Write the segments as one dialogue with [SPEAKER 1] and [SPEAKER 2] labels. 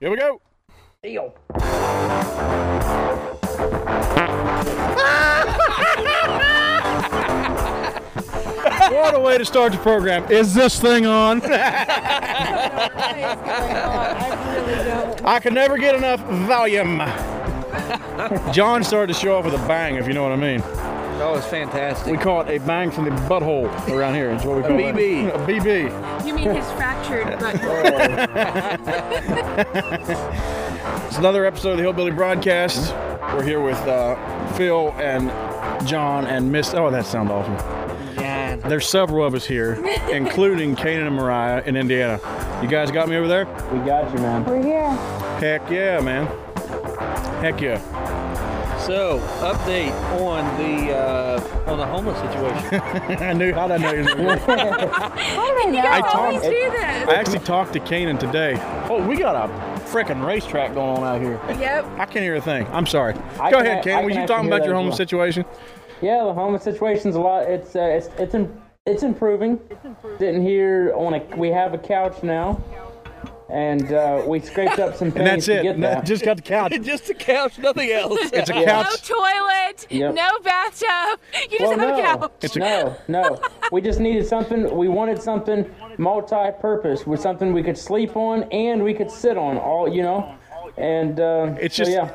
[SPEAKER 1] Here we go.
[SPEAKER 2] Deal.
[SPEAKER 1] What a way to start the program. Is this thing on?
[SPEAKER 3] I really don't.
[SPEAKER 1] I can never get enough volume. John started to show off with a bang, if you know what I mean.
[SPEAKER 2] That was fantastic.
[SPEAKER 1] We call it a bang from the butthole around here. Is what we call
[SPEAKER 2] BB.
[SPEAKER 1] It. A BB.
[SPEAKER 3] You mean his fractured butt?
[SPEAKER 1] It's another episode of the Hillbilly Broadcast. We're here with uh, Phil and John and Miss. Oh, that sounds awful.
[SPEAKER 2] Yeah.
[SPEAKER 1] There's several of us here, including Kanan and Mariah in Indiana. You guys got me over there? We got you, man.
[SPEAKER 3] We're here.
[SPEAKER 1] Heck yeah, man. Heck yeah.
[SPEAKER 2] So, update on the uh, on the homeless situation.
[SPEAKER 1] I knew how I know you. were-
[SPEAKER 3] you
[SPEAKER 1] I
[SPEAKER 3] guys
[SPEAKER 1] talked-
[SPEAKER 3] always do
[SPEAKER 1] I
[SPEAKER 3] this.
[SPEAKER 1] actually talked to Kanan today. Oh, we got a freaking racetrack going on out here.
[SPEAKER 3] Yep.
[SPEAKER 1] I can't hear a thing. I'm sorry.
[SPEAKER 4] I
[SPEAKER 1] Go
[SPEAKER 4] can-
[SPEAKER 1] ahead,
[SPEAKER 4] I
[SPEAKER 1] Kanan. Were
[SPEAKER 4] can
[SPEAKER 1] you talking
[SPEAKER 4] actually hear
[SPEAKER 1] about your
[SPEAKER 4] that
[SPEAKER 1] home
[SPEAKER 4] as well.
[SPEAKER 1] situation?
[SPEAKER 4] Yeah, the homeless situation's a lot. It's uh, it's it's in, it's improving. Didn't hear on a we have a couch now, and uh, we scraped up some
[SPEAKER 1] And that's
[SPEAKER 4] pennies to
[SPEAKER 1] it.
[SPEAKER 4] get
[SPEAKER 1] No,
[SPEAKER 4] that.
[SPEAKER 1] Just got the couch.
[SPEAKER 2] Just a couch, nothing else.
[SPEAKER 1] It's a
[SPEAKER 3] No
[SPEAKER 1] couch.
[SPEAKER 3] toilet.
[SPEAKER 4] Yep.
[SPEAKER 3] No bathtub. You just
[SPEAKER 4] Well,
[SPEAKER 3] have a
[SPEAKER 4] no,
[SPEAKER 3] couch.
[SPEAKER 1] It's a-
[SPEAKER 4] no, no. We just needed something. We wanted something multi-purpose with something we could sleep on and we could sit on. All you know, and uh,
[SPEAKER 1] It's
[SPEAKER 4] so,
[SPEAKER 1] just-
[SPEAKER 4] yeah.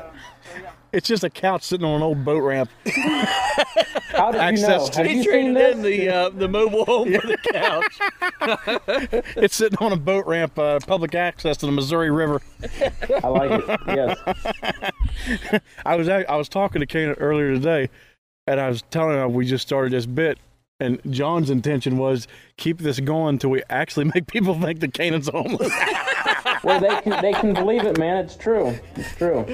[SPEAKER 1] It's just a couch sitting on an old boat ramp.
[SPEAKER 4] How did you know?
[SPEAKER 1] access to-
[SPEAKER 4] Have
[SPEAKER 1] He
[SPEAKER 4] you
[SPEAKER 2] He
[SPEAKER 4] seen
[SPEAKER 2] traded
[SPEAKER 4] this?
[SPEAKER 2] in the uh, the mobile home for the couch.
[SPEAKER 1] It's sitting on a boat ramp, uh, public access to the Missouri River.
[SPEAKER 4] I like it. Yes.
[SPEAKER 1] I was act- I was talking to Kanan earlier today, and I was telling him we just started this bit, and John's intention was keep this going till we actually make people think that Kanan's homeless.
[SPEAKER 4] Well, they can they can believe it, man. It's true. It's true.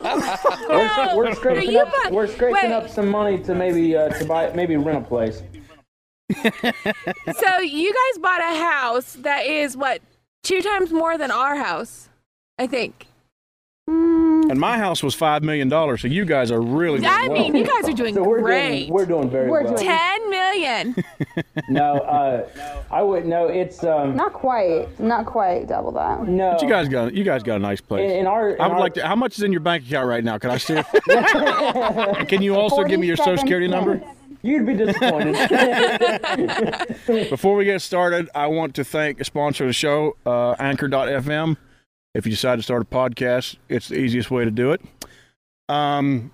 [SPEAKER 3] No,
[SPEAKER 4] We're
[SPEAKER 3] no,
[SPEAKER 4] scraping
[SPEAKER 3] you
[SPEAKER 4] up.
[SPEAKER 3] bu-
[SPEAKER 4] We're scraping
[SPEAKER 3] wait,
[SPEAKER 4] up some money to maybe uh, to buy maybe rent a place.
[SPEAKER 3] So you guys bought a house that is what two times more than our house, I think.
[SPEAKER 1] and my house was five million dollars, so you guys are really doing
[SPEAKER 3] I
[SPEAKER 1] well.
[SPEAKER 3] mean, you guys are doing
[SPEAKER 4] So we're
[SPEAKER 3] great.
[SPEAKER 4] doing we're doing very
[SPEAKER 5] We're
[SPEAKER 4] well.
[SPEAKER 5] doing-
[SPEAKER 3] Ten million.
[SPEAKER 4] no, uh, I wouldn't. No, it's um,
[SPEAKER 5] Not quite. Not quite double that.
[SPEAKER 4] no.
[SPEAKER 1] you guys got you guys got a nice place.
[SPEAKER 4] in, in our. in
[SPEAKER 1] I would
[SPEAKER 4] our-
[SPEAKER 1] like to. How much is in your bank account right now? Can I see? it? Can you also give me your social security number?
[SPEAKER 4] You'd be disappointed.
[SPEAKER 1] Before we get started, I want to thank a sponsor of the show, uh, Anchor.fm. If you decide to start a podcast, it's the easiest way to do it. Um,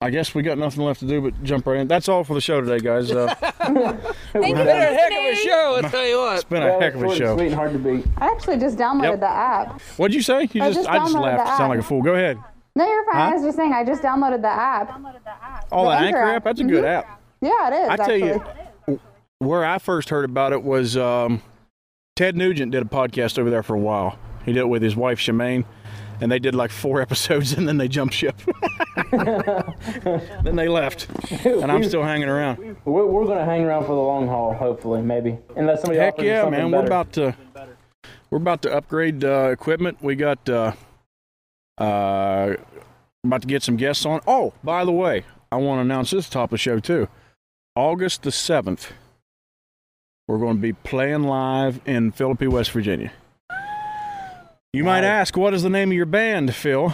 [SPEAKER 1] I guess we got nothing left to do but jump right in. That's all for the show today, guys. Uh,
[SPEAKER 3] Thank you,
[SPEAKER 2] Been a heck of a
[SPEAKER 3] Anthony.
[SPEAKER 2] show, I tell you what.
[SPEAKER 1] it's been
[SPEAKER 4] Well,
[SPEAKER 1] a heck of
[SPEAKER 4] short
[SPEAKER 1] a
[SPEAKER 4] and
[SPEAKER 1] show.
[SPEAKER 4] Sweet and hard to beat.
[SPEAKER 5] I actually just downloaded
[SPEAKER 1] Yep.
[SPEAKER 5] the app.
[SPEAKER 1] What'd you say? You
[SPEAKER 5] I
[SPEAKER 1] just
[SPEAKER 5] just
[SPEAKER 1] I just
[SPEAKER 5] downloaded
[SPEAKER 1] laughed.
[SPEAKER 5] the
[SPEAKER 1] Sound
[SPEAKER 5] app.
[SPEAKER 1] like a fool. Go ahead.
[SPEAKER 5] No, you're fine.
[SPEAKER 1] Huh?
[SPEAKER 5] I was just saying I just downloaded the app.
[SPEAKER 1] Oh,
[SPEAKER 5] The
[SPEAKER 1] that
[SPEAKER 5] Anchor
[SPEAKER 1] Anchor app.
[SPEAKER 5] app.
[SPEAKER 1] That's a
[SPEAKER 6] Mm-hmm.
[SPEAKER 1] good app.
[SPEAKER 5] Yeah, it is.
[SPEAKER 1] I tell
[SPEAKER 5] actually.
[SPEAKER 1] you, where I first heard about it was um, Ted Nugent did a podcast over there for a while. He did it with his wife Shemaine, and they did like four episodes, and then they jumped ship. then they left, and I'm still hanging around.
[SPEAKER 4] We're, we're gonna hang around for the long haul, hopefully, maybe, unless somebody
[SPEAKER 1] Heck
[SPEAKER 4] offers us
[SPEAKER 1] yeah,
[SPEAKER 4] something
[SPEAKER 1] man! We're
[SPEAKER 4] better.
[SPEAKER 1] about to we're about to upgrade uh, equipment. We got uh, uh, about to get some guests on. Oh, by the way, I want to announce this top of the show too. August the seventh, we're going to be playing live in Philippi, West Virginia. You might ask, what is the name of your band, Phil?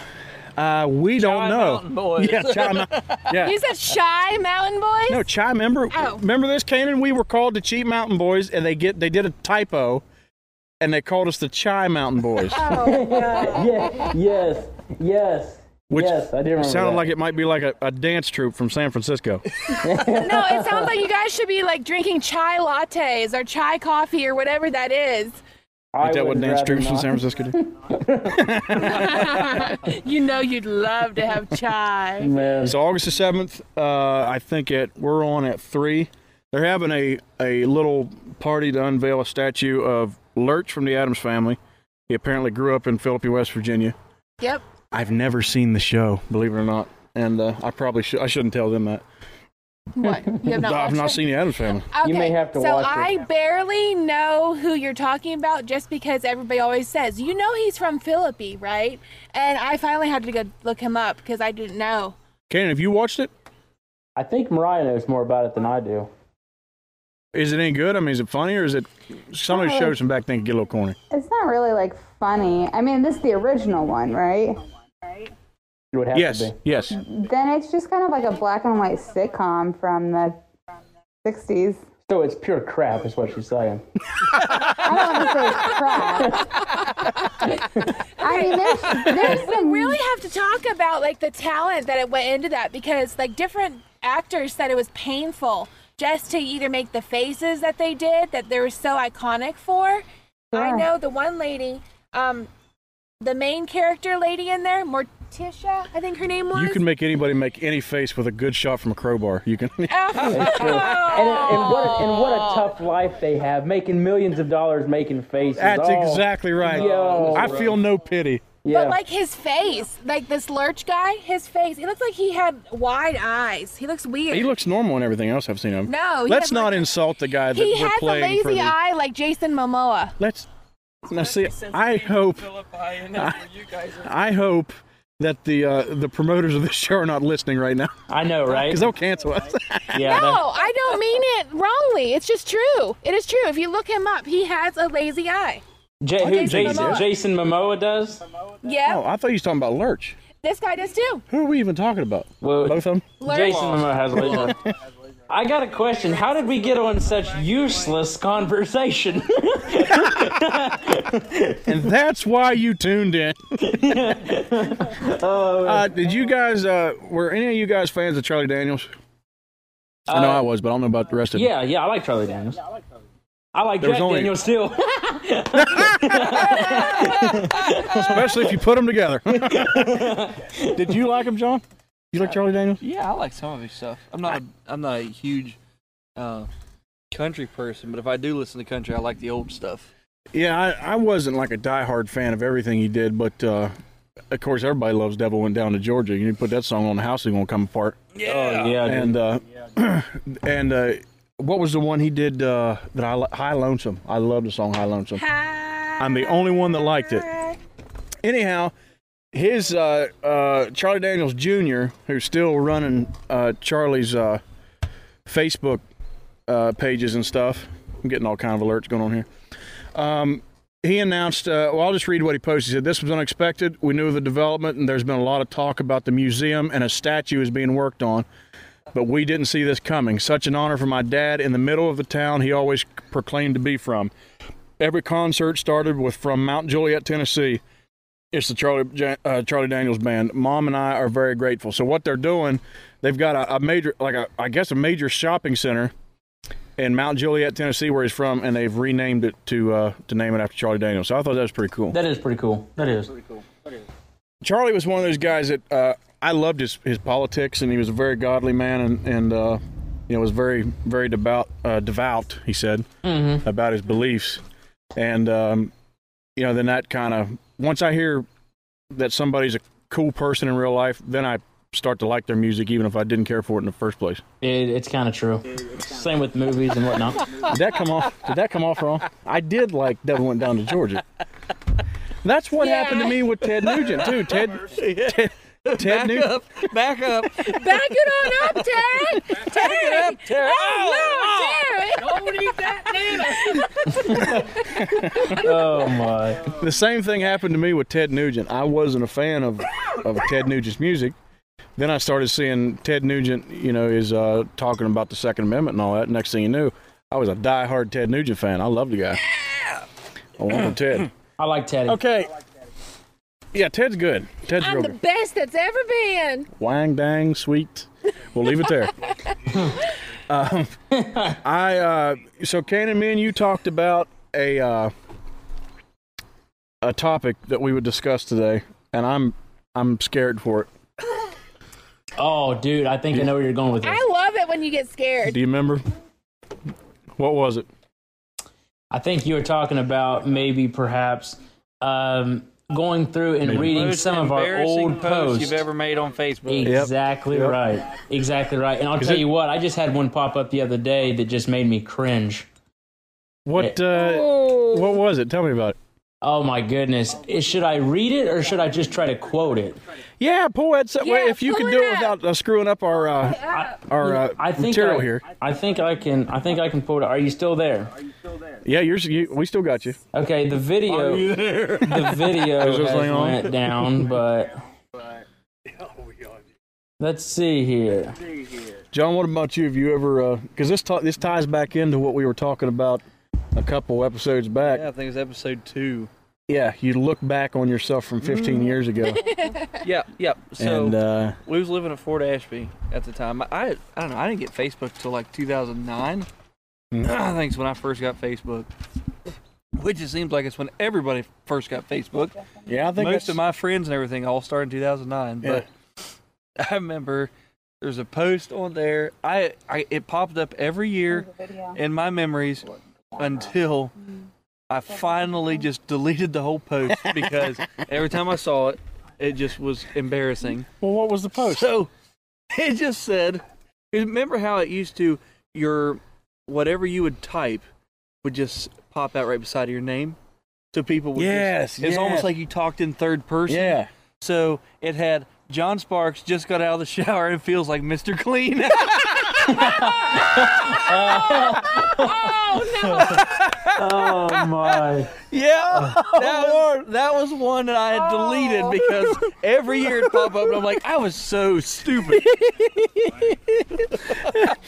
[SPEAKER 1] Uh, we don't
[SPEAKER 2] Chai
[SPEAKER 1] know.
[SPEAKER 2] Mountain Boys.
[SPEAKER 1] Yeah, Chai Mou- Yeah.
[SPEAKER 3] You said shy mountain boys.
[SPEAKER 1] No, Chai. Remember,
[SPEAKER 3] Oh.
[SPEAKER 1] remember this, Canaan? We were called the Cheap Mountain Boys, and they get they did a typo, and they called us the Chai Mountain Boys,
[SPEAKER 4] yeah, yes, yes,
[SPEAKER 1] which
[SPEAKER 4] yes. I do remember.
[SPEAKER 1] sounded
[SPEAKER 4] that.
[SPEAKER 1] like it might be like a, a dance troupe from San Francisco.
[SPEAKER 3] No, it sounds like you guys should be like drinking chai lattes or chai coffee or whatever that is.
[SPEAKER 4] I
[SPEAKER 1] Is that what
[SPEAKER 4] would
[SPEAKER 1] dance
[SPEAKER 4] rather
[SPEAKER 1] troops from
[SPEAKER 4] not.
[SPEAKER 1] San Francisco do?
[SPEAKER 3] You know you'd love to have chai.
[SPEAKER 4] Man.
[SPEAKER 1] It's August the seventh. Uh, I think at we're on at three. They're having a a little party to unveil a statue of Lurch from the Adams Family. He apparently grew up in Philippi, West Virginia.
[SPEAKER 3] Yep.
[SPEAKER 1] I've never seen the show, believe it or not, and uh, I probably should I shouldn't tell them that.
[SPEAKER 3] What? You have not
[SPEAKER 1] I've
[SPEAKER 3] watched
[SPEAKER 1] not
[SPEAKER 3] it?
[SPEAKER 1] seen the Adams Family.
[SPEAKER 3] Okay,
[SPEAKER 4] You may have to
[SPEAKER 3] so
[SPEAKER 4] watch it.
[SPEAKER 3] I barely know who you're talking about just because everybody always says, you know, he's from Philippi, right? And I finally had to go look him up because I didn't know.
[SPEAKER 1] Kanan, have you watched it?
[SPEAKER 4] I think Mariah knows more about it than I do.
[SPEAKER 1] Is it any good? I mean, is it funny or is it some of the shows from back then could get a little corny?
[SPEAKER 5] It's not really like funny. I mean, this is the original one, right?
[SPEAKER 4] It would have
[SPEAKER 1] Yes,
[SPEAKER 4] to be.
[SPEAKER 1] yes.
[SPEAKER 5] Then it's just kind of like a black and white sitcom from the 60s.
[SPEAKER 4] So it's pure crap, is what she's saying.
[SPEAKER 5] I don't want to say it's crap. I mean, there's, there's some
[SPEAKER 3] really have to talk about like the talent that it went into that because like different actors said it was painful just to either make the faces that they did that they were so iconic for. I
[SPEAKER 5] Sure.
[SPEAKER 3] know the one lady, um, the main character lady in there, Morticia, I think her name was.
[SPEAKER 1] You can make anybody make any face with a good shot from a crowbar. You can.
[SPEAKER 4] True. And, and
[SPEAKER 3] Oh.
[SPEAKER 4] what a, and what a tough life they have, making millions of dollars making faces.
[SPEAKER 1] That's
[SPEAKER 4] Oh,
[SPEAKER 1] exactly right.
[SPEAKER 4] Yo.
[SPEAKER 1] I feel no pity.
[SPEAKER 4] Yeah.
[SPEAKER 3] But like his face, like this lurch guy, his face, he looks like he had wide eyes. He looks weird.
[SPEAKER 1] He looks normal and everything else I've seen him.
[SPEAKER 3] No, he
[SPEAKER 1] let's
[SPEAKER 3] has,
[SPEAKER 1] not
[SPEAKER 3] like-
[SPEAKER 1] insult the guy that
[SPEAKER 3] he
[SPEAKER 1] we're
[SPEAKER 3] has a
[SPEAKER 1] playing for
[SPEAKER 3] lazy
[SPEAKER 1] the.
[SPEAKER 3] eye like Jason Momoa.
[SPEAKER 1] Let's now see. I hope. I hope that the uh, the promoters of this show are not listening right now
[SPEAKER 4] I know, right?
[SPEAKER 1] because they'll cancel us.
[SPEAKER 4] yeah. that-
[SPEAKER 3] No, I don't mean it wrongly. It's just true. It is true. If you look him up, he has a lazy eye.
[SPEAKER 4] J- who
[SPEAKER 3] Jason
[SPEAKER 4] Jason
[SPEAKER 3] Momoa.
[SPEAKER 4] Jason Momoa does?
[SPEAKER 3] Yeah,
[SPEAKER 1] oh, I thought you was talking about Lurch.
[SPEAKER 3] this guy does too.
[SPEAKER 1] Who are we even talking about?
[SPEAKER 4] Well,
[SPEAKER 1] Both of them.
[SPEAKER 3] Lurch.
[SPEAKER 4] Jason Momoa has a laser. I got a question. How did we get on such useless conversation?
[SPEAKER 1] and that's why you tuned in.
[SPEAKER 4] Oh,
[SPEAKER 1] uh, did you guys? Uh, were any of you guys fans of Charlie Daniels? I know I was, but I don't know about the rest of you.
[SPEAKER 4] Uh, yeah, yeah, I like Charlie Daniels. I like
[SPEAKER 1] There was
[SPEAKER 4] Jack
[SPEAKER 1] only-
[SPEAKER 4] Daniels still.
[SPEAKER 1] Especially if you put them together. did you like him, John? You like Charlie Daniels?
[SPEAKER 2] Yeah, I like some of his stuff. I'm not. a, I'm not a huge uh, country person, but if I do listen to country, I like the old stuff.
[SPEAKER 1] Yeah, I, I wasn't like a diehard fan of everything he did, but uh, of course everybody loves "Devil Went Down to Georgia." You put that song on the house, it's gonna come apart.
[SPEAKER 4] Oh, yeah, dude.
[SPEAKER 1] And uh, and uh, what was the one he did uh, that I li- "High Lonesome"? I love the song "High Lonesome."
[SPEAKER 3] Hi.
[SPEAKER 1] I'm the only one that liked it. Anyhow, his uh, uh, Charlie Daniels Jr., who's still running uh, Charlie's uh, Facebook uh, pages and stuff. I'm getting all kind of alerts going on here. Um, he announced, uh, well, I'll just read what he posted. He said, This was unexpected. We knew of the development, and there's been a lot of talk about the museum and a statue is being worked on, but we didn't see this coming. Such an honor for my dad in the middle of the town he always proclaimed to be from. Every concert started with From Mount Juliet, Tennessee. It's the Charlie Ja- uh, Charlie Daniels band. Mom and I are very grateful. So what they're doing, they've got a, a major, like a, I guess a major shopping center in Mount Juliet, Tennessee, where he's from, and they've renamed it to uh, to name it after Charlie Daniels. So I thought that was pretty cool.
[SPEAKER 4] That is pretty cool. That is.
[SPEAKER 1] Charlie was one of those guys that uh, I loved his, his politics, and he was a very godly man, and and uh, you know was very very devout uh, devout. He said about his beliefs, and um, you know then that kind of once I hear that somebody's a cool person in real life, then I start to like their music, even if I didn't care for it in the first place.
[SPEAKER 4] It, it's kind of true. Same with movies and whatnot.
[SPEAKER 1] Did that come off? Did that come off wrong? I did like Devil Went Down to Georgia. That's what happened to me with Ted Nugent too. Ted, Ted, Ted
[SPEAKER 2] Back
[SPEAKER 1] Nugent.
[SPEAKER 2] up, back up,
[SPEAKER 3] Back it on up, Terry. Terry.
[SPEAKER 2] up, Terry.
[SPEAKER 3] Oh, no, Terry.
[SPEAKER 4] Oh my.
[SPEAKER 1] The same thing happened to me with Ted Nugent. I wasn't a fan of, of Ted Nugent's music. Then I started seeing Ted Nugent, you know, is uh, talking about the Second Amendment and all that. Next thing you knew, I was a diehard Ted Nugent fan. I love the guy. I wanted Ted.
[SPEAKER 4] I like Teddy.
[SPEAKER 1] Okay. Yeah, Ted's good. Ted's
[SPEAKER 3] I'm
[SPEAKER 1] real
[SPEAKER 3] the
[SPEAKER 1] good.
[SPEAKER 3] best that's ever been.
[SPEAKER 1] Wang dang sweet. We'll leave it there. um, I uh, so Kane and me and you talked about a uh, a topic that we would discuss today, and I'm I'm scared for it.
[SPEAKER 4] Oh, dude, I think I know where you're going with this.
[SPEAKER 3] I love it when you get scared.
[SPEAKER 1] Do you remember? What was it?
[SPEAKER 4] I think you were talking about maybe perhaps um, going through and reading
[SPEAKER 2] Most
[SPEAKER 4] some of our
[SPEAKER 2] embarrassing
[SPEAKER 4] old
[SPEAKER 2] post
[SPEAKER 4] posts.
[SPEAKER 2] you've ever made on Facebook.
[SPEAKER 1] Yep.
[SPEAKER 4] Exactly
[SPEAKER 1] Yep.
[SPEAKER 4] right. Exactly right. And I'll tell
[SPEAKER 1] it-
[SPEAKER 4] you what, I just had one pop up the other day that just made me cringe. Eh.
[SPEAKER 1] What uh, what was it? Tell me about it.
[SPEAKER 4] Oh my goodness! Is- Should I read it or should I just try to quote it?
[SPEAKER 1] Yeah, pull that that way.
[SPEAKER 3] Yeah,
[SPEAKER 1] If you
[SPEAKER 3] pull
[SPEAKER 1] can
[SPEAKER 3] it
[SPEAKER 1] do it
[SPEAKER 3] up.
[SPEAKER 1] without uh, screwing up our uh,
[SPEAKER 3] Up.
[SPEAKER 1] our uh,
[SPEAKER 4] I think
[SPEAKER 1] material
[SPEAKER 4] I,
[SPEAKER 1] here.
[SPEAKER 4] I think I can. I think I can quote it. Are you still there?
[SPEAKER 1] Yeah, yours. You, we still got you.
[SPEAKER 4] Okay. The video. The video
[SPEAKER 1] Is this
[SPEAKER 4] has
[SPEAKER 1] thing on? Oh
[SPEAKER 4] went down, but let's see here.
[SPEAKER 1] John, what about you? Have you ever? Because this ta- this ties back into what we were talking about a couple episodes back.
[SPEAKER 2] Yeah, I think it's episode two.
[SPEAKER 1] Yeah, you look back on yourself from 15 years ago,
[SPEAKER 2] Yeah, yeah. So
[SPEAKER 1] and uh,
[SPEAKER 2] we was living in Fort Ashby at the time. I, I don't know. I didn't get Facebook till like 2009. I think it's when I first got Facebook. Which it seems like it's when everybody first got Facebook.
[SPEAKER 1] yeah, I think
[SPEAKER 2] Most
[SPEAKER 1] that's,
[SPEAKER 2] of my friends and everything all started in 2009. But I remember there was a post on there. I, I it popped up every year in my memories until I finally just deleted the whole post because every time I saw it, it just was embarrassing.
[SPEAKER 1] Well, what was the post?
[SPEAKER 2] So it just said, remember how it used to your whatever you would type would just pop out right beside of your name. So people would
[SPEAKER 1] Yes,
[SPEAKER 2] just, it's
[SPEAKER 1] yes.
[SPEAKER 2] almost like you talked in third person.
[SPEAKER 1] yeah,
[SPEAKER 2] So it had John Sparks just got out of the shower and feels like Mr. Clean.
[SPEAKER 3] Oh no!
[SPEAKER 4] Oh my!
[SPEAKER 2] yeah,
[SPEAKER 1] Oh,
[SPEAKER 2] that, that was one that I had deleted because every year it pop up and I'm like, I was so stupid.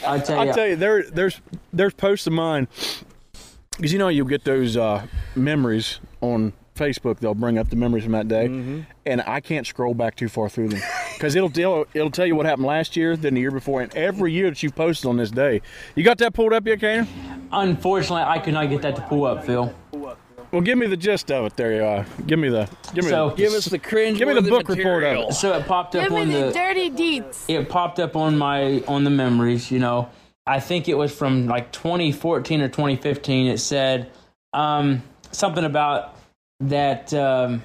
[SPEAKER 4] I tell
[SPEAKER 1] I
[SPEAKER 4] you,
[SPEAKER 1] tell you, there there's there's posts of mine because you know you'll get those uh, memories on Facebook. They'll bring up the memories from that day, and I can't scroll back too far through them because it'll tell it'll tell you what happened last year, then the year before, and every year that you posted on this day. You got that pulled up yet, Kaner?
[SPEAKER 4] unfortunately, I could not get that to pull up, Phil.
[SPEAKER 1] Well, give me the gist of it. There you are. Give me the give me
[SPEAKER 4] So
[SPEAKER 1] the,
[SPEAKER 2] Give us the cringe.
[SPEAKER 1] give me the
[SPEAKER 2] worthy
[SPEAKER 1] book report
[SPEAKER 2] material.
[SPEAKER 1] of it.
[SPEAKER 4] So it popped up
[SPEAKER 3] Give
[SPEAKER 4] on
[SPEAKER 3] me the
[SPEAKER 4] the
[SPEAKER 3] dirty deets.
[SPEAKER 4] it popped up on my on the memories you know i think it was from like 2014 or 2015 it said um something about that um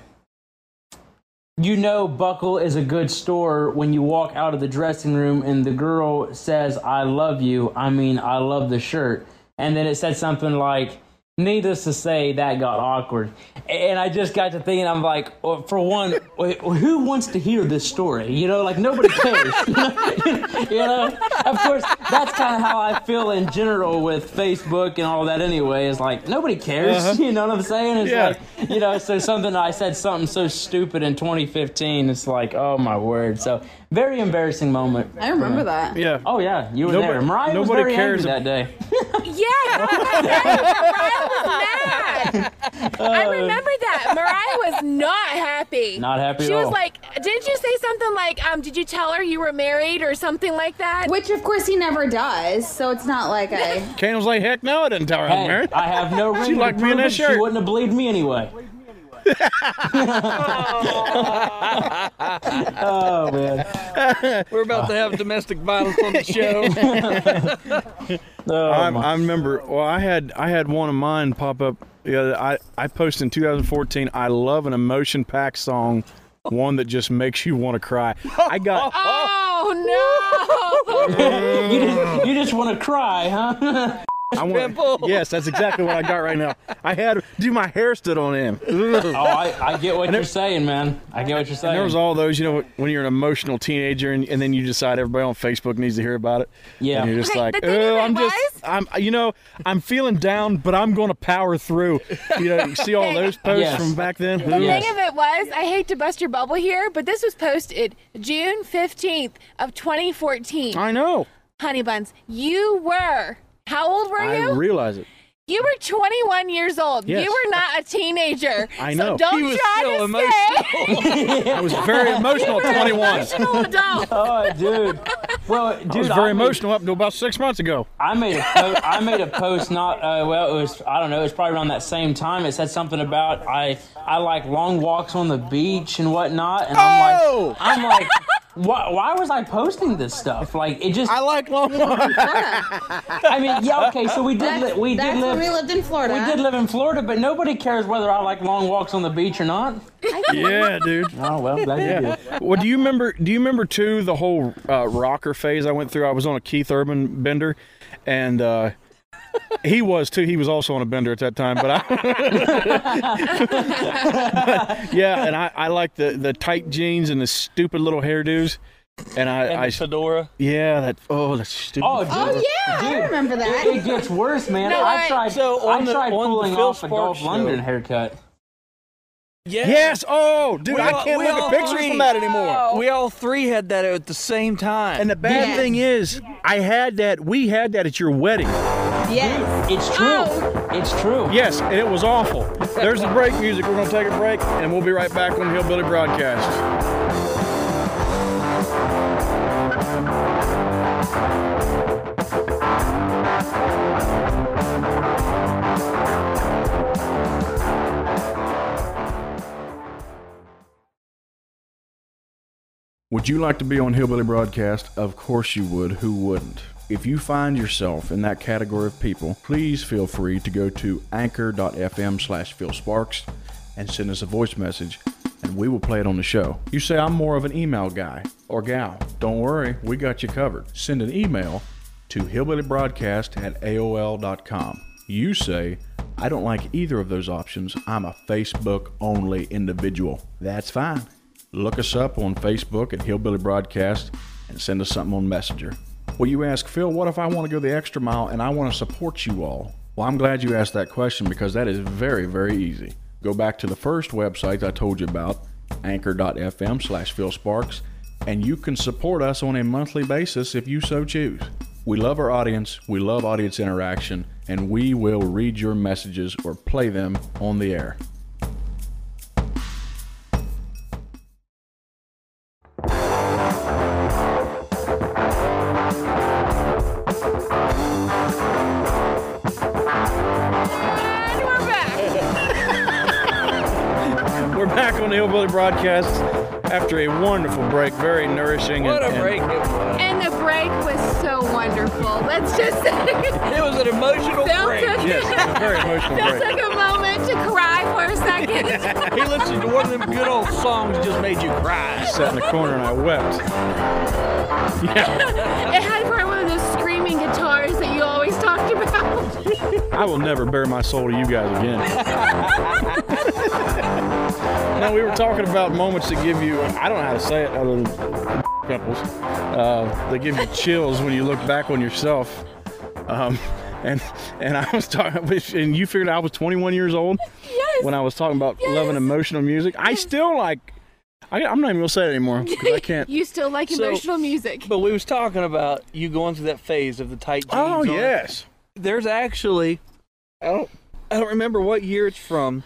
[SPEAKER 4] you know buckle is a good store when you walk out of the dressing room and the girl says i love you i mean i love the shirt and then it said something like needless to say that got awkward and i just got to thinking i'm like well, for one who wants to hear this story you know like nobody cares you know of course that's kind of how i feel in general with facebook and all that anyway is like nobody cares you know what i'm saying it's
[SPEAKER 1] Yeah.
[SPEAKER 4] like you know so something i said something so stupid in 2015 it's like oh my word so very embarrassing moment
[SPEAKER 6] I remember that.
[SPEAKER 1] Yeah.
[SPEAKER 4] oh yeah you were
[SPEAKER 1] Nobody-
[SPEAKER 4] there mariah was
[SPEAKER 1] nobody
[SPEAKER 4] very
[SPEAKER 1] cares
[SPEAKER 4] angry that day
[SPEAKER 3] Yeah, I was mad. I remember that. Mariah was not happy.
[SPEAKER 4] Oh. Not happy at
[SPEAKER 3] She was
[SPEAKER 4] all.
[SPEAKER 3] like, "Didn't you say something like, um, did you tell her you were married or something like that?"
[SPEAKER 6] Which, of course, he never does, so it's not like I.
[SPEAKER 1] Kaner was like, heck no, I didn't tell her I'm
[SPEAKER 4] Hey,
[SPEAKER 1] married.
[SPEAKER 4] I have no ring. to
[SPEAKER 1] liked me in
[SPEAKER 4] prove
[SPEAKER 1] that
[SPEAKER 4] it.
[SPEAKER 1] shirt.
[SPEAKER 4] She wouldn't have believed me anyway. oh man.
[SPEAKER 2] We're about to have domestic violence on the show.
[SPEAKER 4] Oh,
[SPEAKER 1] I'm,
[SPEAKER 4] my-
[SPEAKER 1] I remember. Well, I had I had one of mine pop up. Yeah, I I posted in 2014. I love an emotion packed song, one that just makes you want to cry. I got
[SPEAKER 3] Oh no!
[SPEAKER 4] you just, you just want to cry, huh?
[SPEAKER 1] I want. Yes, that's exactly what I got right now. I had do my hair stood on end.
[SPEAKER 4] oh, I, I get what you're saying, man. I get what you're saying.
[SPEAKER 1] There was all those, you know, when you're an emotional teenager, and, and then you decide everybody on Facebook needs to hear about it.
[SPEAKER 4] Yeah.
[SPEAKER 1] and you're just
[SPEAKER 3] Hey,
[SPEAKER 1] like,
[SPEAKER 3] the thing of
[SPEAKER 1] oh,
[SPEAKER 3] it
[SPEAKER 1] I'm just,
[SPEAKER 3] was-
[SPEAKER 1] I'm, you know, I'm feeling down, but I'm going to power through. You know, you see all those posts
[SPEAKER 4] Yes.
[SPEAKER 1] from back then.
[SPEAKER 3] The
[SPEAKER 4] Yes.
[SPEAKER 3] thing of it was, I hate to bust your bubble here, but this was posted June 15th of 2014.
[SPEAKER 1] I know.
[SPEAKER 3] Honey buns, you were how old were
[SPEAKER 1] I
[SPEAKER 3] you?
[SPEAKER 1] realize it.
[SPEAKER 3] you were 21 years old.
[SPEAKER 1] Yes.
[SPEAKER 3] You were not a teenager.
[SPEAKER 1] I
[SPEAKER 3] So
[SPEAKER 1] know.
[SPEAKER 3] don't
[SPEAKER 2] He was
[SPEAKER 3] try
[SPEAKER 2] still
[SPEAKER 3] to
[SPEAKER 2] emotional.
[SPEAKER 3] say
[SPEAKER 1] I was very emotional at 21. I
[SPEAKER 3] emotional adult.
[SPEAKER 4] Oh, dude. Well, dude,
[SPEAKER 1] was very
[SPEAKER 4] made-
[SPEAKER 1] emotional up to about six months ago.
[SPEAKER 4] I made a po- I made a post not uh, well it was I don't know it was probably around that same time it said something about I I like long walks on the beach and whatnot and I'm
[SPEAKER 1] Oh!
[SPEAKER 4] like I'm like why, why was I posting this stuff like it just I,
[SPEAKER 1] like long walks.
[SPEAKER 4] mean yeah okay so we did li- we
[SPEAKER 6] That's
[SPEAKER 4] did
[SPEAKER 6] when
[SPEAKER 4] live
[SPEAKER 6] we lived in Florida.
[SPEAKER 4] we did live in Florida but nobody cares whether I like long walks on the beach or not
[SPEAKER 1] Yeah, dude.
[SPEAKER 4] oh well glad you did
[SPEAKER 1] Well, do you remember? Do you remember too the whole uh, rocker phase I went through? I was on a Keith Urban bender, and uh, he was too. He was also on a bender at that time, but I. But, yeah, and I, I like the the tight jeans and the stupid little hairdos, and I,
[SPEAKER 2] and
[SPEAKER 1] I
[SPEAKER 2] the fedora.
[SPEAKER 1] yeah that oh that's stupid.
[SPEAKER 4] Oh, dude.
[SPEAKER 6] Oh yeah, I
[SPEAKER 4] Dude,
[SPEAKER 6] remember that.
[SPEAKER 4] It gets worse, man.
[SPEAKER 3] No,
[SPEAKER 4] I
[SPEAKER 3] I-
[SPEAKER 4] tried.
[SPEAKER 2] So, on
[SPEAKER 4] I
[SPEAKER 2] the-
[SPEAKER 4] tried
[SPEAKER 2] on the
[SPEAKER 4] pulling
[SPEAKER 2] Phil
[SPEAKER 4] off a Dolph
[SPEAKER 2] Sparks show-
[SPEAKER 4] London haircut.
[SPEAKER 2] Yeah.
[SPEAKER 1] yes, oh dude,
[SPEAKER 2] We
[SPEAKER 1] I
[SPEAKER 2] all-
[SPEAKER 1] can't
[SPEAKER 2] we
[SPEAKER 1] look
[SPEAKER 2] all
[SPEAKER 1] at pictures
[SPEAKER 2] agree.
[SPEAKER 1] from that anymore.
[SPEAKER 2] We all three had that at the same time.
[SPEAKER 1] And the bad
[SPEAKER 6] Yeah.
[SPEAKER 1] thing is, I had that. We had that at your wedding.
[SPEAKER 6] Yes.
[SPEAKER 4] It's true.
[SPEAKER 6] Oh.
[SPEAKER 4] It's true.
[SPEAKER 1] Yes, and it was awful. There's the break music. We're gonna take a break, and we'll be right back on Hillbilly Broadcast. Would you like to be on Hillbilly Broadcast? Of course you would. Who wouldn't? If you find yourself in that category of people, please feel free to go to anchor.fm slash Phil Sparks and send us a voice message, and we will play it on the show. You say, I'm more of an email guy or gal. Don't worry, we got you covered. Send an email to hillbillybroadcast at AOL.com. You say, I don't like either of those options. I'm a Facebook only individual. That's fine. Look us up on Facebook at Hillbilly Broadcast and send us something on Messenger. Well, you ask, Phil, what if I want to go the extra mile and I want to support you all? Well, I'm glad you asked that question because that is very, very easy. Go back to the first website I told you about, anchor.fm slash Phil Sparks, and you can support us on a monthly basis if you so choose. We love our audience, we love audience interaction, and we will read your messages or play them on the air.
[SPEAKER 3] And we're back.
[SPEAKER 1] We're back on the Hillbilly Broadcast after a wonderful break, very nourishing.
[SPEAKER 2] what a
[SPEAKER 1] and- and-
[SPEAKER 2] break it was.
[SPEAKER 3] And the break was so wonderful. Let's just say.
[SPEAKER 2] It was an emotional
[SPEAKER 3] Phil
[SPEAKER 2] break.
[SPEAKER 3] took,
[SPEAKER 1] Yes, a very emotional
[SPEAKER 3] Phil
[SPEAKER 1] break.
[SPEAKER 3] took a moment to cry for a second.
[SPEAKER 2] He listened to one of them good old songs that just made you cry.
[SPEAKER 1] Sat in the corner and I wept. Yeah,
[SPEAKER 3] It had probably one of those screaming guitars that you always talked about.
[SPEAKER 1] I will never bare my soul to you guys again. now we were talking about moments that give you I don't know how to say it other than pimples. Uh, they give you chills when you look back on yourself. Um, and and I was talking and you figured I was 21 years old.
[SPEAKER 3] Yes.
[SPEAKER 1] when I was talking about loving
[SPEAKER 3] Yes.
[SPEAKER 1] emotional music. I still like. I, I'm not even gonna say it anymore because I can't.
[SPEAKER 3] You still like
[SPEAKER 2] So-
[SPEAKER 3] emotional music.
[SPEAKER 2] But we was talking about you going through that phase of the tight jeans.
[SPEAKER 1] oh
[SPEAKER 2] on.
[SPEAKER 1] yes,
[SPEAKER 2] There's actually I don't I don't remember what year it's from.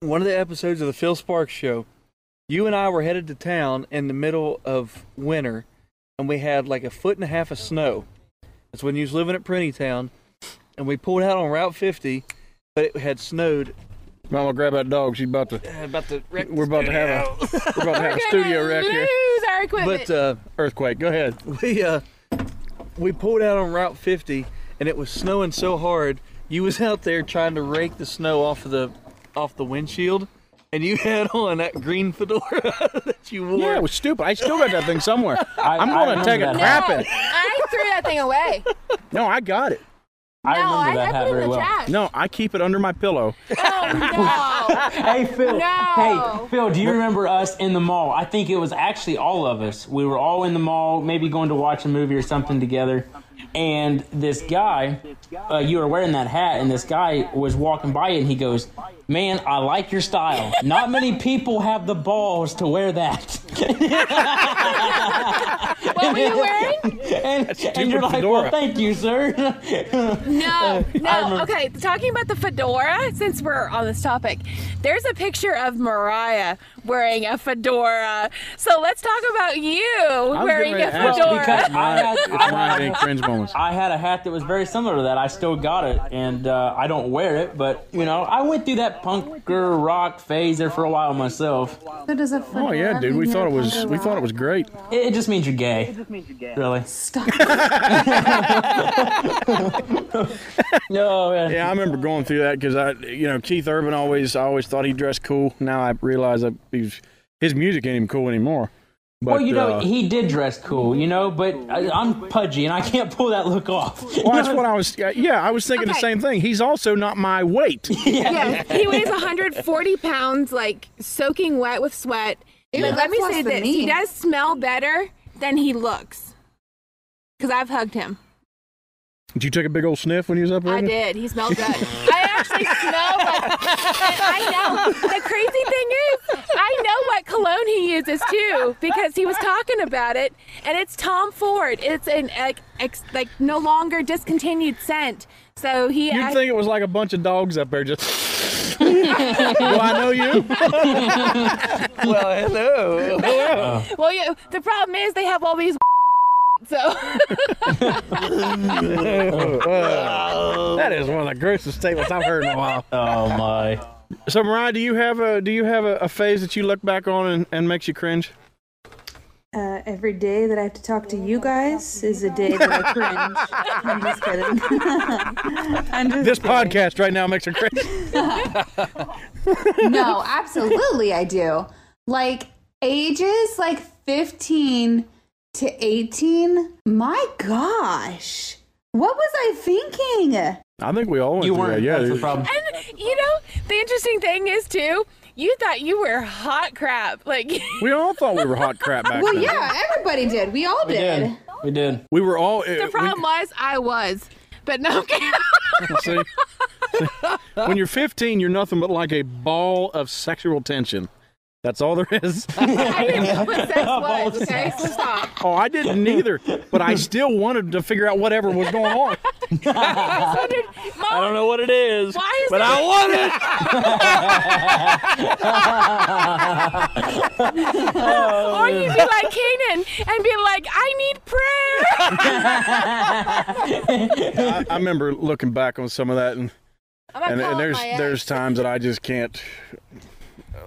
[SPEAKER 2] One of the episodes of the Phil Sparks show, you and I were headed to town in the middle of winter and we had like a foot and a half of snow. That's when you was living at Prentytown and we pulled out on Route 50, but it had snowed.
[SPEAKER 1] Mama, grab that dog. She's about to.
[SPEAKER 2] Uh, About to wreck
[SPEAKER 1] We're about to have a. We're about to have a studio wreck here.
[SPEAKER 3] Lose our equipment.
[SPEAKER 2] But uh
[SPEAKER 1] Earthquake. Go ahead.
[SPEAKER 2] we uh we pulled out on Route 50 and it was snowing so hard you was out there trying to rake the snow off of the off the windshield and you had on that green fedora that you wore.
[SPEAKER 1] Yeah, it was stupid. I still got that thing somewhere.
[SPEAKER 4] I,
[SPEAKER 1] I'm
[SPEAKER 4] I
[SPEAKER 1] gonna
[SPEAKER 4] remember
[SPEAKER 1] take a
[SPEAKER 4] that.
[SPEAKER 1] crap in it.
[SPEAKER 3] I threw that thing away.
[SPEAKER 1] No, I got it.
[SPEAKER 4] I
[SPEAKER 3] no, I,
[SPEAKER 4] remember
[SPEAKER 3] I
[SPEAKER 4] that hat
[SPEAKER 3] put it
[SPEAKER 4] very
[SPEAKER 3] in the
[SPEAKER 4] well.
[SPEAKER 3] trash.
[SPEAKER 1] No, I keep it under my pillow.
[SPEAKER 3] Oh no.
[SPEAKER 4] Hey Phil.
[SPEAKER 3] No.
[SPEAKER 4] Hey Phil, do you remember us in the mall? I think it was actually all of us. We were all in the mall, maybe going to watch a movie or something together. And this guy, uh, you were wearing that hat, and this guy was walking by, and he goes, "Man, I like your style. Not many people have the balls to wear that."
[SPEAKER 3] What were you wearing?
[SPEAKER 4] and, and you're like,
[SPEAKER 1] fedora.
[SPEAKER 4] "Well, thank you, sir."
[SPEAKER 3] No, no.
[SPEAKER 4] remember.
[SPEAKER 3] Okay, talking about the fedora, since we're on this topic, there's a picture of Mariah wearing a fedora. So let's talk about you
[SPEAKER 1] I was
[SPEAKER 3] wearing
[SPEAKER 1] getting
[SPEAKER 3] a
[SPEAKER 1] ready to ask you
[SPEAKER 3] fedora.
[SPEAKER 4] because- I
[SPEAKER 1] Mine-
[SPEAKER 4] had-
[SPEAKER 1] it's
[SPEAKER 4] I
[SPEAKER 1] mine
[SPEAKER 4] had-
[SPEAKER 1] being cringe moments.
[SPEAKER 4] I had a hat that was very similar to that. I still got it, and uh, I don't wear it, but you know, I went through that punker rock phase there for a while myself.
[SPEAKER 6] So does a fedora
[SPEAKER 1] Oh yeah, dude. We
[SPEAKER 6] mean
[SPEAKER 1] thought it
[SPEAKER 6] you're a
[SPEAKER 1] was. We
[SPEAKER 6] Funko
[SPEAKER 1] thought it
[SPEAKER 6] Pop?
[SPEAKER 1] was great.
[SPEAKER 4] It, it just means you're gay. Really?
[SPEAKER 6] Stop.
[SPEAKER 4] No, man.
[SPEAKER 1] Yeah, I remember going through that because I, you know, Keith Urban always, I always thought he dressed cool. Now I realize that he's, his music ain't even cool anymore. But,
[SPEAKER 4] well, you know,
[SPEAKER 1] uh,
[SPEAKER 4] he did dress cool, you know, but I, I'm pudgy and I can't pull that look off.
[SPEAKER 1] well, that's what I was. Yeah, I was thinking
[SPEAKER 3] Okay.
[SPEAKER 1] the same thing. He's also not my weight.
[SPEAKER 3] Yeah, he weighs 140 pounds, like soaking wet with sweat.
[SPEAKER 6] Ew,
[SPEAKER 3] but let
[SPEAKER 6] that's
[SPEAKER 3] me
[SPEAKER 6] less
[SPEAKER 3] say
[SPEAKER 6] than
[SPEAKER 3] this:
[SPEAKER 6] me.
[SPEAKER 3] he does smell better than he looks. Cause I've hugged him.
[SPEAKER 1] Did you take a big old sniff when he was up there?
[SPEAKER 3] I did. He smelled good. I actually smell like. and I know. The crazy thing is, I know what cologne he uses too because he was talking about it, and it's Tom Ford. It's an like, ex, like no longer discontinued scent. So he.
[SPEAKER 1] You'd
[SPEAKER 3] act-
[SPEAKER 1] think it was like a bunch of dogs up there just. well, I know you.
[SPEAKER 2] well, hello.
[SPEAKER 3] Well, yeah, the problem is they have all these. So
[SPEAKER 1] That is one of the grossest statements I've heard in a while.
[SPEAKER 4] Oh my!
[SPEAKER 1] So, Mariah, do you have a do you have a, a phase that you look back on and, and makes you cringe?
[SPEAKER 7] Uh, every day that I have to talk to you guys is a day that I cringe. I'm just kidding. I'm just
[SPEAKER 1] This
[SPEAKER 7] kidding.
[SPEAKER 1] podcast right now makes her cringe.
[SPEAKER 6] no, absolutely I do. Like ages like 15 to 18. My gosh. What was I thinking?
[SPEAKER 1] I think we all went
[SPEAKER 4] You
[SPEAKER 1] through
[SPEAKER 4] weren't.
[SPEAKER 1] that. Yeah,
[SPEAKER 4] that's the problem.
[SPEAKER 3] And you know, the interesting thing is too, you thought you were hot crap. Like the
[SPEAKER 1] we all thought we were hot crap back
[SPEAKER 6] Well,
[SPEAKER 1] then.
[SPEAKER 6] yeah, everybody did. We all
[SPEAKER 4] We
[SPEAKER 6] did.
[SPEAKER 4] did. We did.
[SPEAKER 1] We were all. uh, we-
[SPEAKER 3] problem was I was. But no
[SPEAKER 1] See? See? when you're 15, you're nothing but like a ball of sexual tension. That's all there is.
[SPEAKER 3] I didn't know what sex was, okay? So stop.
[SPEAKER 1] oh, I didn't either, but I still wanted to figure out whatever was going on.
[SPEAKER 3] I wondered, Mom,
[SPEAKER 2] I don't know what it is,
[SPEAKER 3] Why is
[SPEAKER 2] but
[SPEAKER 3] it-
[SPEAKER 2] I want it.
[SPEAKER 3] or you'd be like Canaan and be like, I need prayer.
[SPEAKER 1] I, I remember looking back on some of that, and,
[SPEAKER 3] I'm gonna
[SPEAKER 1] and,
[SPEAKER 3] call
[SPEAKER 1] and there's
[SPEAKER 3] my ex.
[SPEAKER 1] there's times that I just can't.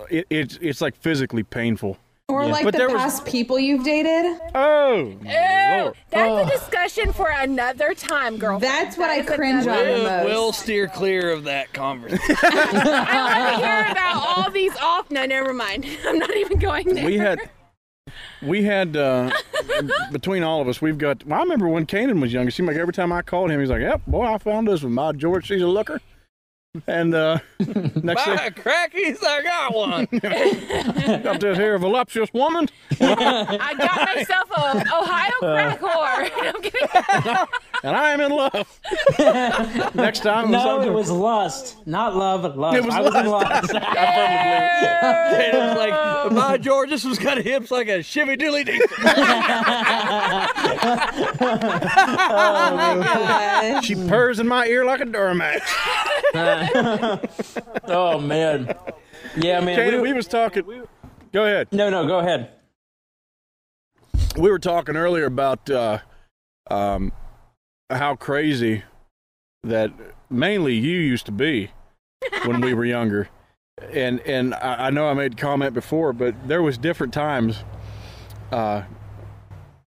[SPEAKER 1] It, it's it's like physically painful.
[SPEAKER 6] Or like
[SPEAKER 1] But
[SPEAKER 6] the
[SPEAKER 1] there was-
[SPEAKER 6] past people you've dated.
[SPEAKER 1] Oh,
[SPEAKER 3] Ew,
[SPEAKER 1] Lord.
[SPEAKER 3] that's a discussion for another time, girlfriend.
[SPEAKER 6] That's what
[SPEAKER 3] That is
[SPEAKER 6] I cringe on
[SPEAKER 3] another-
[SPEAKER 6] the most.
[SPEAKER 2] We'll steer clear of that conversation.
[SPEAKER 3] I want to hear about all these off. No, never mind. I'm not even going there.
[SPEAKER 1] we had we had uh, between all of us we've got well, i remember when Kanan was younger seemed like every time i called him he's like yep boy i found this with my george she's a looker and uh next thing
[SPEAKER 2] Ah, crackies, I got one.
[SPEAKER 1] up this here voluptuous woman
[SPEAKER 3] I got myself a Ohio crack whore. I'm kidding.
[SPEAKER 1] and i am in love next time
[SPEAKER 4] No,
[SPEAKER 1] something-
[SPEAKER 4] it was lust, not love. Lust.
[SPEAKER 1] It was
[SPEAKER 4] I was in lust.
[SPEAKER 2] And it's like, my George, this one's got hips like a Chevy Dooley.
[SPEAKER 7] God.
[SPEAKER 1] she purrs in my ear like a Duramax.
[SPEAKER 4] oh man. Yeah, man. we-
[SPEAKER 1] Kanan, we was talking. Go ahead.
[SPEAKER 4] no, no. Go ahead.
[SPEAKER 1] we were talking earlier about uh, um, how crazy that mainly you used to be when we were younger, and and I, I know I made comment before, but there was different times. Uh,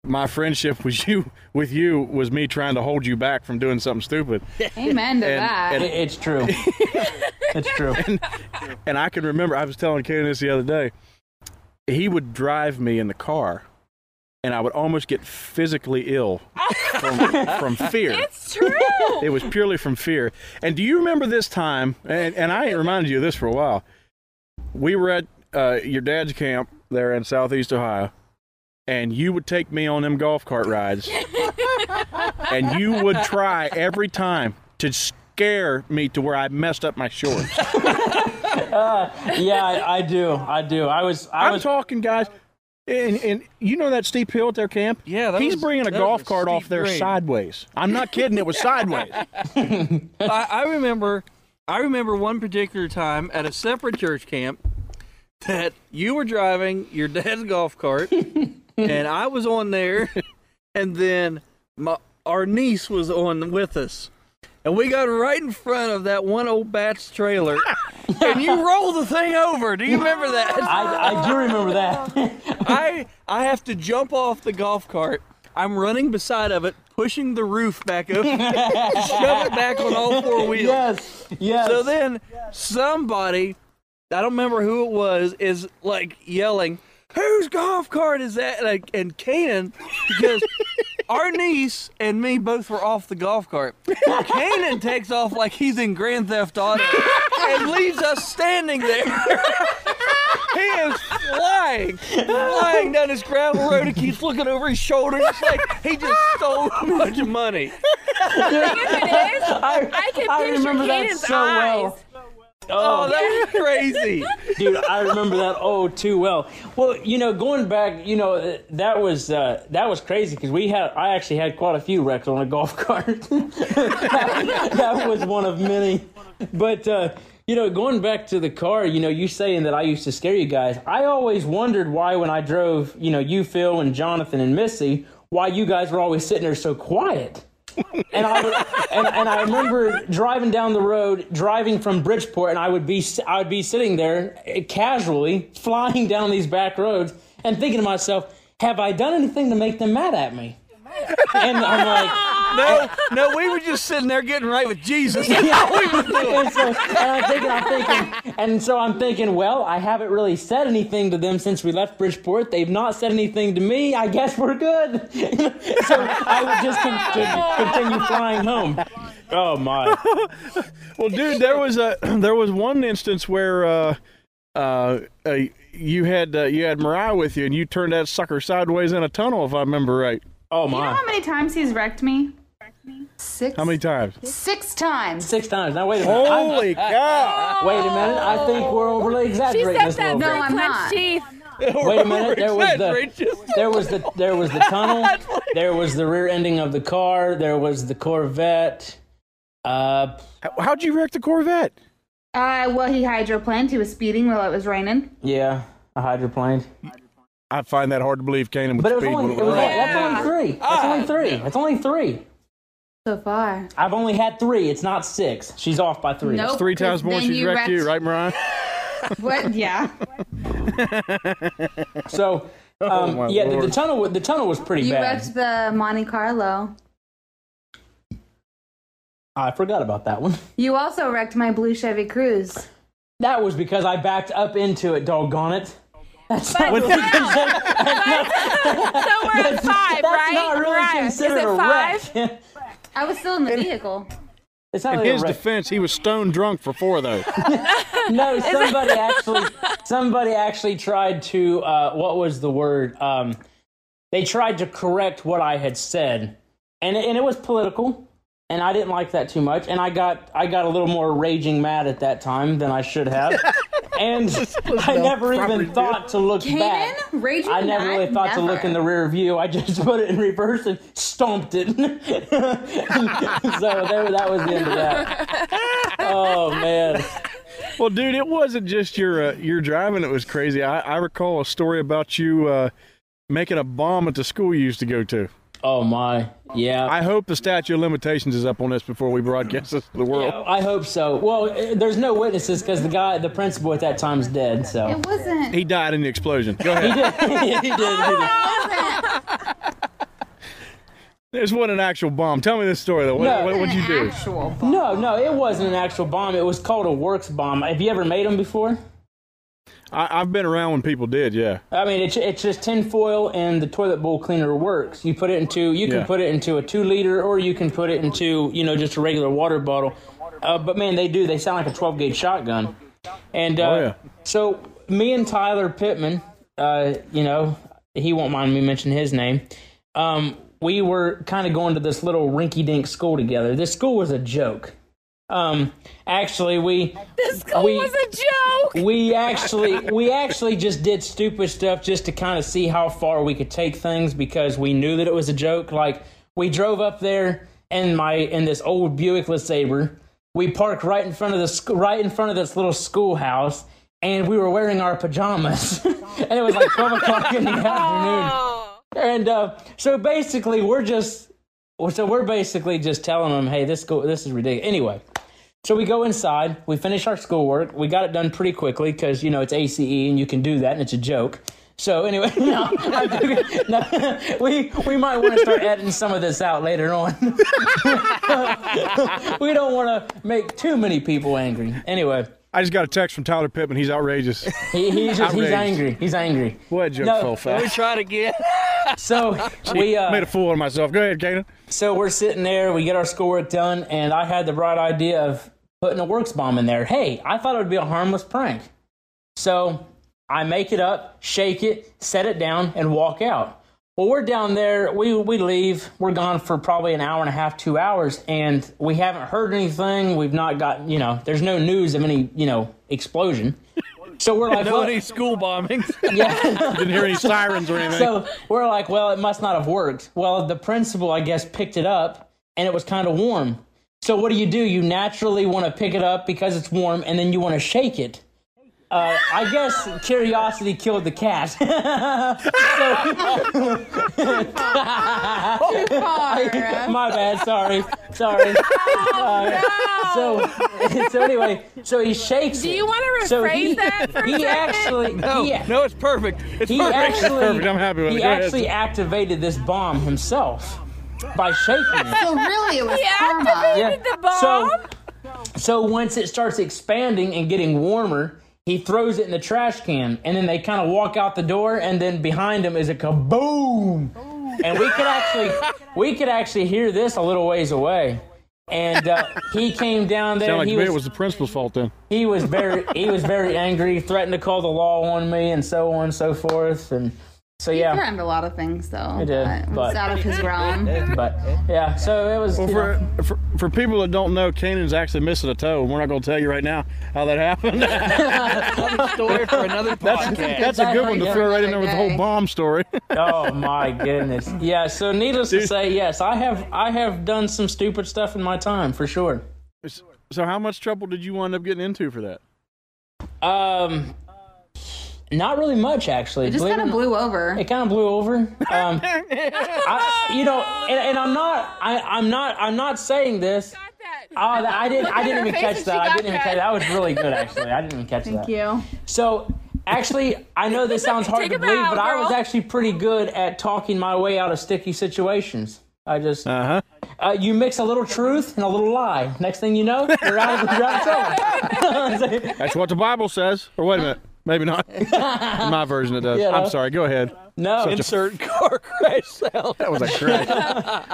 [SPEAKER 1] my friendship was you with you was me trying to hold you back from doing something stupid,
[SPEAKER 6] Amen to
[SPEAKER 1] and
[SPEAKER 6] that.
[SPEAKER 1] and
[SPEAKER 4] It, it's true. it's true.
[SPEAKER 1] and I can remember I was telling Kaden this the other day. He would drive me in the car, and I would almost get physically ill from, from fear.
[SPEAKER 3] It's true.
[SPEAKER 1] It was purely from fear. And do you remember this time? And, and I ain't reminded you of this for a while. We were at uh, your dad's camp there in Southeast Ohio, and you would take me on them golf cart rides, and you would try every time to scare me to where I messed up my shorts.
[SPEAKER 4] Yeah, I, I do. I do. I was. I
[SPEAKER 1] I'm
[SPEAKER 4] was.
[SPEAKER 1] talking, guys. And, and you know that steep hill at their camp?
[SPEAKER 2] Yeah, that
[SPEAKER 1] he's
[SPEAKER 2] was-
[SPEAKER 1] bringing a
[SPEAKER 2] that
[SPEAKER 1] golf
[SPEAKER 2] was a
[SPEAKER 1] cart off
[SPEAKER 2] steep
[SPEAKER 1] there
[SPEAKER 2] grade.
[SPEAKER 1] sideways. I'm not kidding; it was sideways.
[SPEAKER 2] I, I remember, I remember one particular time at a separate church camp that you were driving your dad's golf cart, and I was on there, and then my our niece was on with us, and we got right in front of that one old bat's trailer, and you rolled the thing over. Do you remember that?
[SPEAKER 4] I, I do remember that.
[SPEAKER 2] I I have to jump off the golf cart. I'm running beside of it, pushing the roof back up, shove it back on all four wheels.
[SPEAKER 4] yes. Yes.
[SPEAKER 2] So then somebody, I don't remember who it was, is like yelling, whose golf cart is that? And, I, and Kanan, because our niece and me both were off the golf cart. Kanan takes off like he's in Grand Theft Auto and leaves us standing there. He is flying, flying down this gravel road and keeps looking over his shoulder. It's like he just stole a bunch of money.
[SPEAKER 3] thing of it is, I, can
[SPEAKER 4] I
[SPEAKER 3] picture
[SPEAKER 4] remember that
[SPEAKER 3] Kanan's
[SPEAKER 4] so
[SPEAKER 3] eyes.
[SPEAKER 4] well.
[SPEAKER 2] Oh, that was crazy.
[SPEAKER 4] dude i remember that oh too well well you know going back you know uh, that was uh, that was crazy because we had i actually had quite a few wrecks on a golf cart that, that was one of many but uh, you know going back to the car you know you saying that i used to scare you guys i always wondered why when i drove you know you phil and jonathan and missy why you guys were always sitting there so quiet and I would, and, and I remember driving down the road, driving from Bridgeport, and I would be I would be sitting there eh, casually flying down these back roads and thinking to myself, "Have I done anything to make them mad at me?" And I'm like.
[SPEAKER 2] No, Oh, no, we were just sitting there getting right with Jesus.
[SPEAKER 4] and, so, and I'm thinking, I'm thinking, and so I'm thinking. Well, I haven't really said anything to them since we left Bridgeport. They've not said anything to me. I guess we're good. so I would just con- continue flying home. Oh my!
[SPEAKER 1] Well, dude, there was a there was one instance where uh, uh, uh, you had uh, you had Mariah with you, and you turned that sucker sideways in a tunnel, if I remember right.
[SPEAKER 4] Oh
[SPEAKER 6] You know
[SPEAKER 4] my!
[SPEAKER 6] how many times he's wrecked me?
[SPEAKER 1] How many times?
[SPEAKER 6] Six times.
[SPEAKER 4] Six times. Now wait a minute. I-
[SPEAKER 1] Holy cow!
[SPEAKER 4] Wait a minute. I think we're overly
[SPEAKER 3] She
[SPEAKER 4] exaggerating
[SPEAKER 3] said
[SPEAKER 4] this a
[SPEAKER 3] that
[SPEAKER 4] little
[SPEAKER 6] No,
[SPEAKER 4] bit.
[SPEAKER 6] I'm
[SPEAKER 3] through clenched
[SPEAKER 6] not.
[SPEAKER 3] teeth.
[SPEAKER 4] Wait a minute. There was the
[SPEAKER 2] Outrageous.
[SPEAKER 4] there was the there was the tunnel. There was the rear ending of the car. There was the Corvette. Uh,
[SPEAKER 1] How- How'd you wreck the Corvette?
[SPEAKER 6] Uh, well, he hydroplaned. He was speeding while it was raining.
[SPEAKER 4] yeah, a hydroplane.
[SPEAKER 1] I find that hard to believe, Kanan, with
[SPEAKER 4] But it was
[SPEAKER 1] speed.
[SPEAKER 4] only
[SPEAKER 1] limit.
[SPEAKER 4] it was
[SPEAKER 1] Right.
[SPEAKER 4] only, that's only three. That's only
[SPEAKER 3] Ah.
[SPEAKER 4] three. That's only three.
[SPEAKER 6] So far.
[SPEAKER 4] I've only had three. It's not six. She's off by three.
[SPEAKER 6] Nope.
[SPEAKER 1] Three times
[SPEAKER 6] 'cause
[SPEAKER 1] more
[SPEAKER 6] then
[SPEAKER 1] she's
[SPEAKER 6] you
[SPEAKER 1] wrecked, you, right, Mariah?
[SPEAKER 6] What? Yeah.
[SPEAKER 4] So um,
[SPEAKER 1] Oh my
[SPEAKER 4] yeah, the, the
[SPEAKER 1] Lord.
[SPEAKER 4] tunnel wa- the tunnel was pretty
[SPEAKER 6] you
[SPEAKER 4] bad.
[SPEAKER 6] wrecked the Monte Carlo.
[SPEAKER 4] I forgot about that one.
[SPEAKER 6] You also wrecked my blue Chevy Cruze.
[SPEAKER 4] That was because I backed up into it. Doggone it. That's not
[SPEAKER 3] But
[SPEAKER 4] really
[SPEAKER 3] wow.
[SPEAKER 4] considered-
[SPEAKER 3] So we're at five,
[SPEAKER 4] That's
[SPEAKER 3] right?
[SPEAKER 4] not really
[SPEAKER 3] Right.
[SPEAKER 4] considered
[SPEAKER 3] Is it
[SPEAKER 4] a
[SPEAKER 3] five?
[SPEAKER 4] wreck.
[SPEAKER 6] I was still in the vehicle.
[SPEAKER 4] it's not
[SPEAKER 1] In
[SPEAKER 4] really a
[SPEAKER 1] his
[SPEAKER 4] wreck.
[SPEAKER 1] defense, he was stone drunk for four, though.
[SPEAKER 4] no, somebody actually, somebody actually tried to. Uh, what was the word? Um, they tried to correct what I had said, and it, and it was political, and I didn't like that too much, and I got I got a little more raging mad at that time than I should have, and I never even thought to look
[SPEAKER 6] Kanan,
[SPEAKER 4] back.
[SPEAKER 6] raging
[SPEAKER 4] I never
[SPEAKER 6] mad?
[SPEAKER 4] really thought to look
[SPEAKER 6] Never.
[SPEAKER 4] in the rear view. I just put it in reverse and stomped it. so there, that was the end of that. Oh man.
[SPEAKER 1] Well, dude, it wasn't just your uh, your driving that was crazy. I, I recall a story about you uh, making a bomb at the school you used to go to.
[SPEAKER 4] Oh my, yeah.
[SPEAKER 1] I hope the statute of limitations is up on this before we broadcast this to the world.
[SPEAKER 4] Yeah, I hope so. Well, eh, there's no witnesses because the guy, the principal at that time's dead. So
[SPEAKER 6] It wasn't.
[SPEAKER 1] He died in the explosion. Go
[SPEAKER 4] he
[SPEAKER 1] ahead.
[SPEAKER 4] did. he did. He did.
[SPEAKER 1] this wasn't an actual bomb. Tell me this story though. What,
[SPEAKER 4] No.
[SPEAKER 1] what, what'd you do?
[SPEAKER 6] Actual
[SPEAKER 4] No, no, it wasn't an actual bomb. It was called a works bomb. Have you ever made them before?
[SPEAKER 1] I, I've been around when people did. Yeah.
[SPEAKER 4] I mean, it's it's just tin foil and the toilet bowl cleaner works. You put it into you can
[SPEAKER 1] Yeah.
[SPEAKER 4] put it into a two liter or you can put it into you know just a regular water bottle. Uh, but man, they do. They sound like a twelve gauge shotgun. And uh,
[SPEAKER 1] Oh, yeah.
[SPEAKER 4] so me and Tyler Pittman, uh, you know, he won't mind me mentioning his name. Um, we were kind of going to this little rinky dink school together. This school was a joke. Um, actually, we
[SPEAKER 3] This school
[SPEAKER 4] We-
[SPEAKER 3] was a joke.
[SPEAKER 4] we actually we actually just did stupid stuff just to kind of see how far we could take things because we knew that it was a joke like we drove up there in my in this old buick lesabre we parked right in front of the sc- right in front of this little schoolhouse and we were wearing our pajamas and it was like 12 o'clock in the afternoon and uh, so basically we're just so we're basically just telling them hey this go this is ridiculous anyway so we go inside, we finish our schoolwork, we got it done pretty quickly because you know it's ACE and you can do that, and it's a joke. So anyway, no, I'm joking. No, we we might want to start editing some of this out later on. we don't want to make too many people angry. Anyway,
[SPEAKER 1] I just got a text from Tyler Pittman. He's outrageous.
[SPEAKER 4] He, he's just, he's
[SPEAKER 1] Outraged.
[SPEAKER 4] angry. He's angry.
[SPEAKER 1] What a joke,
[SPEAKER 4] No,
[SPEAKER 1] fell
[SPEAKER 2] Let me
[SPEAKER 1] fast.
[SPEAKER 2] try it again.
[SPEAKER 4] So we uh,
[SPEAKER 1] Made a fool of myself. Go ahead, Kanan.
[SPEAKER 4] So we're sitting there, we get our schoolwork done, and I had the bright idea of putting a works bomb in there. Hey, I thought it would be a harmless prank. So I make it up, shake it, set it down, and walk out. Well, we're down there, we, we leave, we're gone for probably an hour and a half, two hours, and we haven't heard anything. We've not gotten, you know, there's no news of any, you know, explosion. So we're like,
[SPEAKER 2] No
[SPEAKER 4] well,
[SPEAKER 2] any school bombings.
[SPEAKER 4] yeah.
[SPEAKER 1] Didn't hear any sirens or anything.
[SPEAKER 4] So we're like, well, it must not have worked. Well, the principal, I guess, picked it up and it was kind of warm. So what do you do? You naturally want to pick it up because it's warm and then you want to shake it. Uh, I guess curiosity killed the cat. so, my bad. Sorry. Sorry.
[SPEAKER 3] Oh,
[SPEAKER 4] Uh, So, so anyway, so he shakes.
[SPEAKER 3] Do
[SPEAKER 4] it.
[SPEAKER 3] you want to
[SPEAKER 4] So
[SPEAKER 3] rephrase
[SPEAKER 4] he,
[SPEAKER 3] that for a
[SPEAKER 4] he
[SPEAKER 3] second?
[SPEAKER 4] actually,
[SPEAKER 2] No,
[SPEAKER 4] he,
[SPEAKER 2] no, it's perfect. It's
[SPEAKER 4] he
[SPEAKER 2] perfect.
[SPEAKER 4] actually,
[SPEAKER 1] perfect. I'm happy with
[SPEAKER 4] he
[SPEAKER 1] it. Go ahead.
[SPEAKER 4] actually activated this bomb himself by shaking it.
[SPEAKER 6] So really, it was
[SPEAKER 3] He
[SPEAKER 6] karma.
[SPEAKER 3] activated the bomb?
[SPEAKER 4] So, uh, so once it starts expanding and getting warmer, he throws it in the trash can, and then they kind of walk out the door, and then behind him is a kaboom, and we could actually we could actually hear this a little ways away. And uh, he came down there.
[SPEAKER 1] Sound like
[SPEAKER 4] he
[SPEAKER 1] to me it was the principal's fault then.
[SPEAKER 4] he was very he was very angry, threatened to call the law on me, and so on and so forth. And so yeah,
[SPEAKER 6] He threatened a lot of things, though.
[SPEAKER 4] did,
[SPEAKER 6] it was
[SPEAKER 4] but-
[SPEAKER 6] out of his realm.
[SPEAKER 4] But yeah, so it was.
[SPEAKER 1] Well,
[SPEAKER 4] you know,
[SPEAKER 1] for, for for people that don't know, Kanan's actually missing a toe, and we're not going to tell you right now how that happened.
[SPEAKER 2] story for another podcast.
[SPEAKER 1] That's a good one to
[SPEAKER 6] Exactly.
[SPEAKER 1] throw right in there with the whole
[SPEAKER 6] Okay.
[SPEAKER 1] bomb story.
[SPEAKER 4] oh my goodness. Yeah. So needless to say, yes, I have I have done some stupid stuff in my time for sure.
[SPEAKER 1] so, how much trouble did you wind up getting into for that?
[SPEAKER 4] Um, not really much actually.
[SPEAKER 6] It just
[SPEAKER 4] believe
[SPEAKER 6] kind
[SPEAKER 4] it
[SPEAKER 6] of
[SPEAKER 4] or
[SPEAKER 6] blew over.
[SPEAKER 4] It kind of blew over. Um, I, you know, and, and I'm not, I, I'm not, I'm not saying this.
[SPEAKER 3] Got that.
[SPEAKER 4] Oh, that, I didn't, I
[SPEAKER 3] at her
[SPEAKER 4] didn't even
[SPEAKER 3] face
[SPEAKER 4] catch
[SPEAKER 3] when
[SPEAKER 4] that.
[SPEAKER 3] she
[SPEAKER 4] I
[SPEAKER 3] got
[SPEAKER 4] didn't even
[SPEAKER 3] that.
[SPEAKER 4] catch that. That was really good, actually. I didn't even catch that.
[SPEAKER 6] Thank you.
[SPEAKER 4] So, actually, I know this sounds hard
[SPEAKER 3] Take
[SPEAKER 4] to
[SPEAKER 3] a
[SPEAKER 4] believe,
[SPEAKER 3] bow,
[SPEAKER 4] but I was
[SPEAKER 3] girl.
[SPEAKER 4] actually pretty good at talking my way out of sticky situations. I just,
[SPEAKER 1] Uh huh.
[SPEAKER 4] uh, you mix a little truth and a little lie. Next thing you know, you're out of, you're out of trouble.
[SPEAKER 1] That's what the Bible says. Or wait a minute, maybe not. My version it does.
[SPEAKER 4] Yeah,
[SPEAKER 1] I'm
[SPEAKER 4] no.
[SPEAKER 1] sorry. Go ahead.
[SPEAKER 4] no,
[SPEAKER 2] Insert car crash sound.
[SPEAKER 1] That was a crash.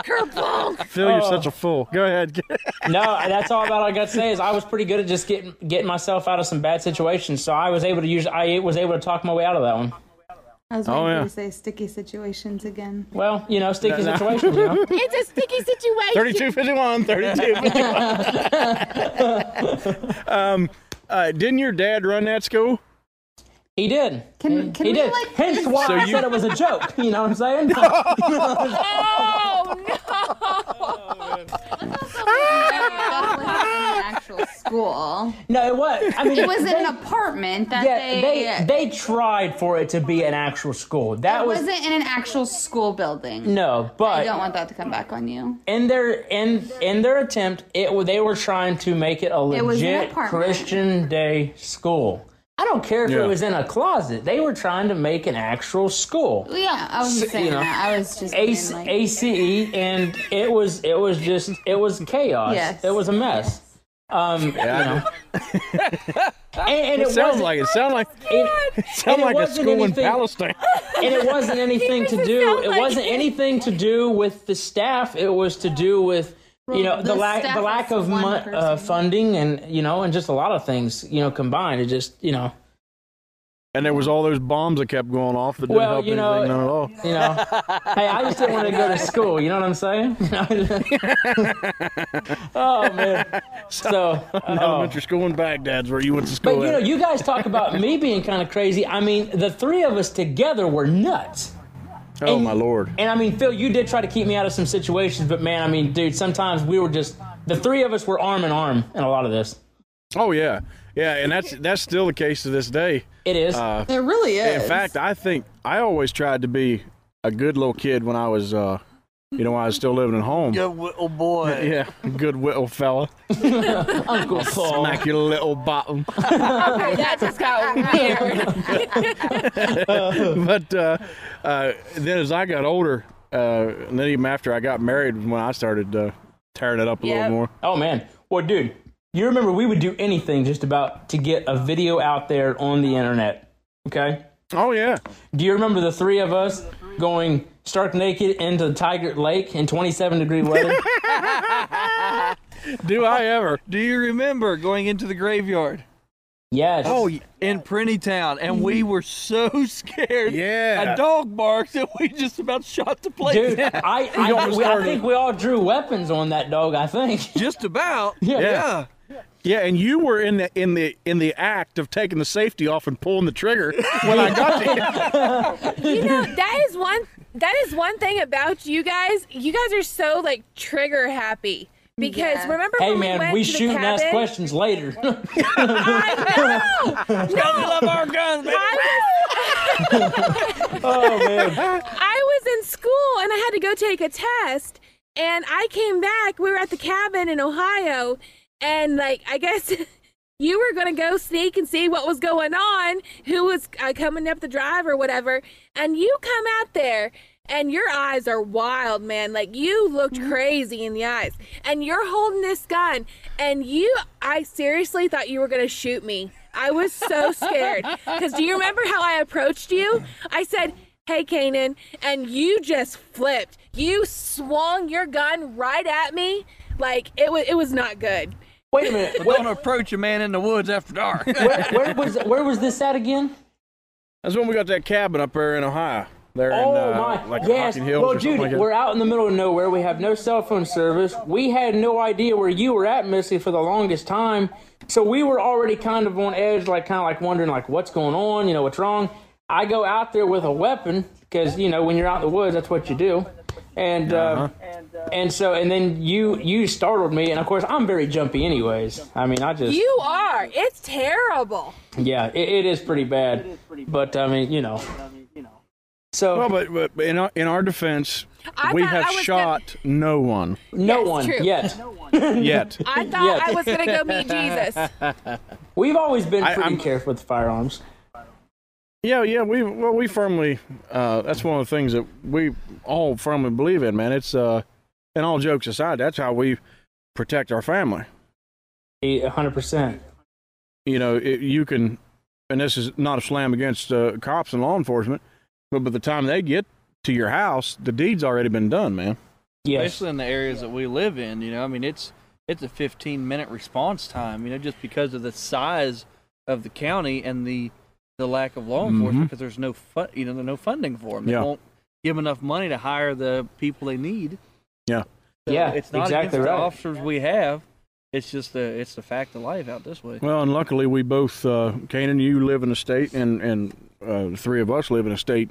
[SPEAKER 1] Phil,
[SPEAKER 4] Oh.
[SPEAKER 1] you're such a fool. Go ahead.
[SPEAKER 4] no, that's all about all I got to say is I was pretty good at just getting getting myself out of some bad situations. So I was able to use, I was able to talk my way out of that one.
[SPEAKER 7] I was waiting
[SPEAKER 1] Oh,
[SPEAKER 7] for
[SPEAKER 1] yeah.
[SPEAKER 7] you to say sticky situations again.
[SPEAKER 4] Well, you know, sticky situations. You know?
[SPEAKER 3] It's a sticky situation.
[SPEAKER 1] 3251, 3251. um, uh, didn't your dad run that school?
[SPEAKER 4] He did.
[SPEAKER 6] Can, can
[SPEAKER 4] He
[SPEAKER 6] we
[SPEAKER 4] did.
[SPEAKER 6] like?
[SPEAKER 4] Hence why
[SPEAKER 1] So
[SPEAKER 4] I
[SPEAKER 1] you-
[SPEAKER 4] said it was a joke. You know what I'm saying?
[SPEAKER 3] Oh, no.
[SPEAKER 6] That wasn't an actual school.
[SPEAKER 4] No, it was. I mean,
[SPEAKER 6] It was in an apartment that
[SPEAKER 4] Yeah,
[SPEAKER 6] they.
[SPEAKER 4] they they tried for it to be an actual school. That
[SPEAKER 6] it
[SPEAKER 4] was
[SPEAKER 6] wasn't in an actual school building.
[SPEAKER 4] no,
[SPEAKER 6] I
[SPEAKER 4] but
[SPEAKER 6] don't want that to come back on you.
[SPEAKER 4] in their in in their attempt, it wa- they were trying to make it a
[SPEAKER 6] was an
[SPEAKER 4] legit
[SPEAKER 6] apartment.
[SPEAKER 4] Christian day school. I don't care if
[SPEAKER 1] Yeah.
[SPEAKER 4] it was in a closet. They were trying to make an actual school.
[SPEAKER 6] Well, yeah, I was
[SPEAKER 4] So, you
[SPEAKER 6] just saying
[SPEAKER 4] know,
[SPEAKER 6] that. I was just
[SPEAKER 4] A-
[SPEAKER 6] being like,
[SPEAKER 4] ACE and it was it was just it was chaos.
[SPEAKER 6] Yes.
[SPEAKER 4] It was a mess. Um, you know. and, and it
[SPEAKER 1] Sounds
[SPEAKER 4] wasn't-
[SPEAKER 1] like it. Sound like
[SPEAKER 4] it-
[SPEAKER 1] sound
[SPEAKER 4] it
[SPEAKER 1] like a
[SPEAKER 4] wasn't
[SPEAKER 1] school in
[SPEAKER 4] anything-
[SPEAKER 1] Palestine.
[SPEAKER 4] and it wasn't anything to
[SPEAKER 3] makes it
[SPEAKER 4] do.
[SPEAKER 3] sound
[SPEAKER 4] It
[SPEAKER 3] like
[SPEAKER 4] wasn't
[SPEAKER 3] it.
[SPEAKER 4] anything to do with the staff. It was to do with you know the
[SPEAKER 6] the
[SPEAKER 4] lack
[SPEAKER 6] staff
[SPEAKER 4] the lack
[SPEAKER 6] is
[SPEAKER 4] of
[SPEAKER 6] one
[SPEAKER 4] mon-
[SPEAKER 6] person.
[SPEAKER 4] uh, funding and you know and just a lot of things you know combined. It just you know
[SPEAKER 1] And there was all those bombs that kept going off that didn't
[SPEAKER 4] Well,
[SPEAKER 1] help
[SPEAKER 4] you know-
[SPEAKER 1] anything none at all.
[SPEAKER 4] you know. hey, I just didn't want to go to school. You know what I'm saying? oh man. So oh.
[SPEAKER 1] Elementary school in Baghdad's where you went to
[SPEAKER 4] but
[SPEAKER 1] school.
[SPEAKER 4] you know
[SPEAKER 1] at.
[SPEAKER 4] you guys talk about me being kind of crazy. I mean the three of us together were nuts.
[SPEAKER 1] oh
[SPEAKER 4] and-
[SPEAKER 1] my lord.
[SPEAKER 4] And I mean, Phil, you did try to keep me out of some situations, but man, I mean, dude, sometimes we were just the three of us were arm in arm in a lot of this.
[SPEAKER 1] Oh yeah, yeah, and that's that's still the case to this day.
[SPEAKER 4] It is.
[SPEAKER 6] it really
[SPEAKER 1] In
[SPEAKER 6] is.
[SPEAKER 1] fact, I think I always tried to be a good little kid when I was, uh, you know, when I was still living at home.
[SPEAKER 2] Good little oh, boy.
[SPEAKER 1] Yeah, good little fella.
[SPEAKER 4] Uncle Paul.
[SPEAKER 1] Smack your little bottom.
[SPEAKER 3] Okay, that just got weird.
[SPEAKER 1] but uh, uh, then as I got older, uh, and then even after I got married, when I started uh, tearing it up a
[SPEAKER 3] Yep.
[SPEAKER 1] little more.
[SPEAKER 4] Oh man. Well, dude, You remember we would do anything just about to get a video out there on the internet. Okay?
[SPEAKER 1] Oh yeah.
[SPEAKER 4] Do you remember the three of us going stark naked into Tiger Lake in 27 degree weather?
[SPEAKER 2] Do I ever? Do you remember going into the graveyard?
[SPEAKER 4] yes.
[SPEAKER 2] Oh, Mm-hmm. in Town, and we were so scared.
[SPEAKER 1] Yeah.
[SPEAKER 2] A dog barked, and we just about shot the place.
[SPEAKER 4] dude,
[SPEAKER 2] down.
[SPEAKER 4] I, I,
[SPEAKER 1] almost
[SPEAKER 4] we, I
[SPEAKER 1] started.
[SPEAKER 4] think we all drew weapons on that dog, I think.
[SPEAKER 2] just about.
[SPEAKER 4] Yeah.
[SPEAKER 2] yeah.
[SPEAKER 1] Yeah, and you were in the in the in the act of taking the safety off and pulling the trigger when I got to you.
[SPEAKER 3] You know, that is one that is one thing about you guys. You guys are so like trigger happy. Because
[SPEAKER 6] Yeah.
[SPEAKER 3] remember
[SPEAKER 4] Hey
[SPEAKER 3] when we
[SPEAKER 4] man,
[SPEAKER 3] went
[SPEAKER 4] we
[SPEAKER 3] to the
[SPEAKER 4] shoot and ask
[SPEAKER 3] cabin?
[SPEAKER 4] questions later.
[SPEAKER 3] I know.
[SPEAKER 2] We love our guns,
[SPEAKER 4] Ah.
[SPEAKER 2] man.
[SPEAKER 3] I was,
[SPEAKER 4] oh man.
[SPEAKER 3] I was in school and I had to go take a test. And I came back. We were at the cabin in Ohio, and like I guess you were gonna go sneak and see what was going on, who was uh, coming up the drive or whatever. And you come out there. And your eyes are wild, man. Like you looked crazy in the eyes. And you're holding this gun. And you, I seriously thought you were going to shoot me. I was so scared. Because do you remember how I approached you? I said, Hey, Kanan. And you just flipped. You swung your gun right at me. Like it was, it was not good.
[SPEAKER 4] Wait a minute.
[SPEAKER 2] Don't approach a man in the woods after dark.
[SPEAKER 4] Where, where was where was this at again?
[SPEAKER 1] That's when we got that cabin up there in Ohio. There
[SPEAKER 4] Oh
[SPEAKER 1] in uh,
[SPEAKER 4] my!
[SPEAKER 1] like
[SPEAKER 4] yes.
[SPEAKER 1] Hocking Hills
[SPEAKER 4] well,
[SPEAKER 1] or something
[SPEAKER 4] Judy,
[SPEAKER 1] like that.
[SPEAKER 4] we're out in the middle of nowhere. We have no cell phone service. We had no idea where you were at, Missy, for the longest time. So we were already kind of on edge, like kind of like wondering, like what's going on? You know, what's wrong? I go out there with a weapon because you know when you're out in the woods, that's what you do. And
[SPEAKER 1] Uh-huh.
[SPEAKER 4] uh, and so and then you you startled me, and of course I'm very jumpy, anyways. I mean, I just
[SPEAKER 3] You are. It's terrible.
[SPEAKER 4] yeah, it, it is pretty bad. But I mean, you know. So
[SPEAKER 1] Well, but, but- but in our, in our defense,
[SPEAKER 3] I
[SPEAKER 1] we
[SPEAKER 3] thought
[SPEAKER 1] have
[SPEAKER 3] I was
[SPEAKER 1] shot no one
[SPEAKER 4] no
[SPEAKER 3] Yes,
[SPEAKER 4] one
[SPEAKER 3] true.
[SPEAKER 4] yet.
[SPEAKER 1] yet.
[SPEAKER 3] I thought
[SPEAKER 4] Yes.
[SPEAKER 3] I was going to go meet Jesus.
[SPEAKER 4] We've always been
[SPEAKER 1] I-
[SPEAKER 4] pretty
[SPEAKER 1] I'm-
[SPEAKER 4] careful with firearms.
[SPEAKER 1] yeah, yeah. We well, we firmly. Uh, that's one of the things that we all firmly believe in, man. It's uh, and all jokes aside, that's how we protect our family.
[SPEAKER 4] A hundred percent.
[SPEAKER 1] you know, it, you can, and this is not a slam against uh, cops and law enforcement, but by the time they get to your house, the deed's already been done, man.
[SPEAKER 4] Yes.
[SPEAKER 2] especially in the areas that we live in. You know, I mean, it's it's a 15 minute response time. You know, just because of the size of the county and the the lack of
[SPEAKER 4] Mm-hmm.
[SPEAKER 2] law enforcement, because there's no fun, you know, there's no funding for them. They
[SPEAKER 1] Yeah.
[SPEAKER 2] won't give 'em enough money to hire the people they need.
[SPEAKER 1] Yeah.
[SPEAKER 2] So
[SPEAKER 4] Yeah,
[SPEAKER 2] it's not
[SPEAKER 4] exactly
[SPEAKER 2] against
[SPEAKER 4] right.
[SPEAKER 2] the officers we have. It's just the it's the fact of life out this way.
[SPEAKER 1] Well, and luckily we both, uh, Kanan, you live in a state, and and uh, the three of us live in a state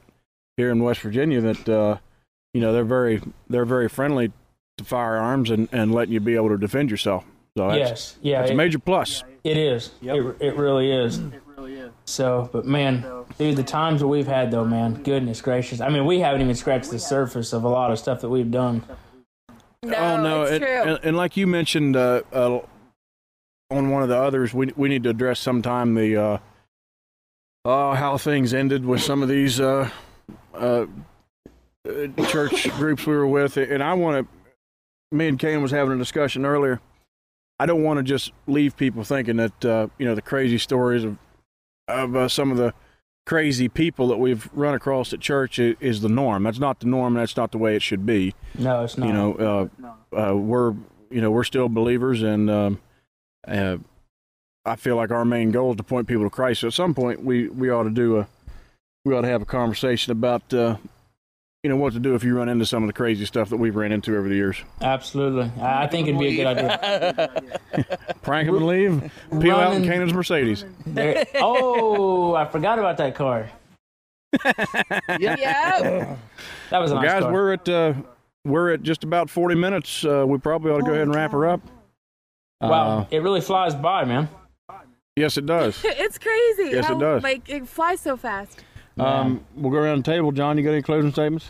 [SPEAKER 1] here in West Virginia that, uh, you know, they're very they're very friendly to firearms and and letting you be able to defend yourself. So that's,
[SPEAKER 4] Yes. Yeah.
[SPEAKER 1] that's a
[SPEAKER 4] It,
[SPEAKER 1] major plus.
[SPEAKER 4] it is. It, it really is. It really is. So, but man, dude, the times that we've had though, man, goodness gracious. I mean, we haven't even scratched the surface of a lot of stuff that we've done.
[SPEAKER 3] No,
[SPEAKER 1] oh no,
[SPEAKER 3] it's
[SPEAKER 1] and,
[SPEAKER 3] true.
[SPEAKER 1] And, and like you mentioned uh, uh, on one of the others, we we need to address sometime the uh, oh how things ended with some of these uh, uh, uh, church groups we were with, and I want to. Me and Kane was having a discussion earlier. I don't want to just leave people thinking that uh, you know the crazy stories of of uh, some of the crazy people that we've run across at church is, is the norm. That's not the norm. That's not the way it should be
[SPEAKER 4] No, it's not.
[SPEAKER 1] you know, uh, uh, we're you know we're still believers, and um, uh, I feel like our main goal is to point people to Christ. So at some point, we we ought to do a we ought to have a conversation about uh, you know what to do if you run into some of the crazy stuff that we've ran into over the years.
[SPEAKER 4] Absolutely. I, I think it'd be a good idea.
[SPEAKER 1] Prank them and leave, peel out in
[SPEAKER 4] Running-
[SPEAKER 1] Canaan's Mercedes.
[SPEAKER 4] There- oh, I forgot about that car.
[SPEAKER 3] Yep.
[SPEAKER 4] That was a nice
[SPEAKER 1] Guys,
[SPEAKER 4] car.
[SPEAKER 1] we're at uh, we're at just about forty minutes. Uh, we probably ought to go ahead and wrap her up.
[SPEAKER 4] wow,
[SPEAKER 1] Uh,
[SPEAKER 4] it really flies by, man.
[SPEAKER 1] yes, it does.
[SPEAKER 3] it's crazy.
[SPEAKER 1] Yes, it
[SPEAKER 3] how,
[SPEAKER 1] does.
[SPEAKER 3] Like it flies so fast.
[SPEAKER 1] Um, we'll go around the table. John, you got any closing statements?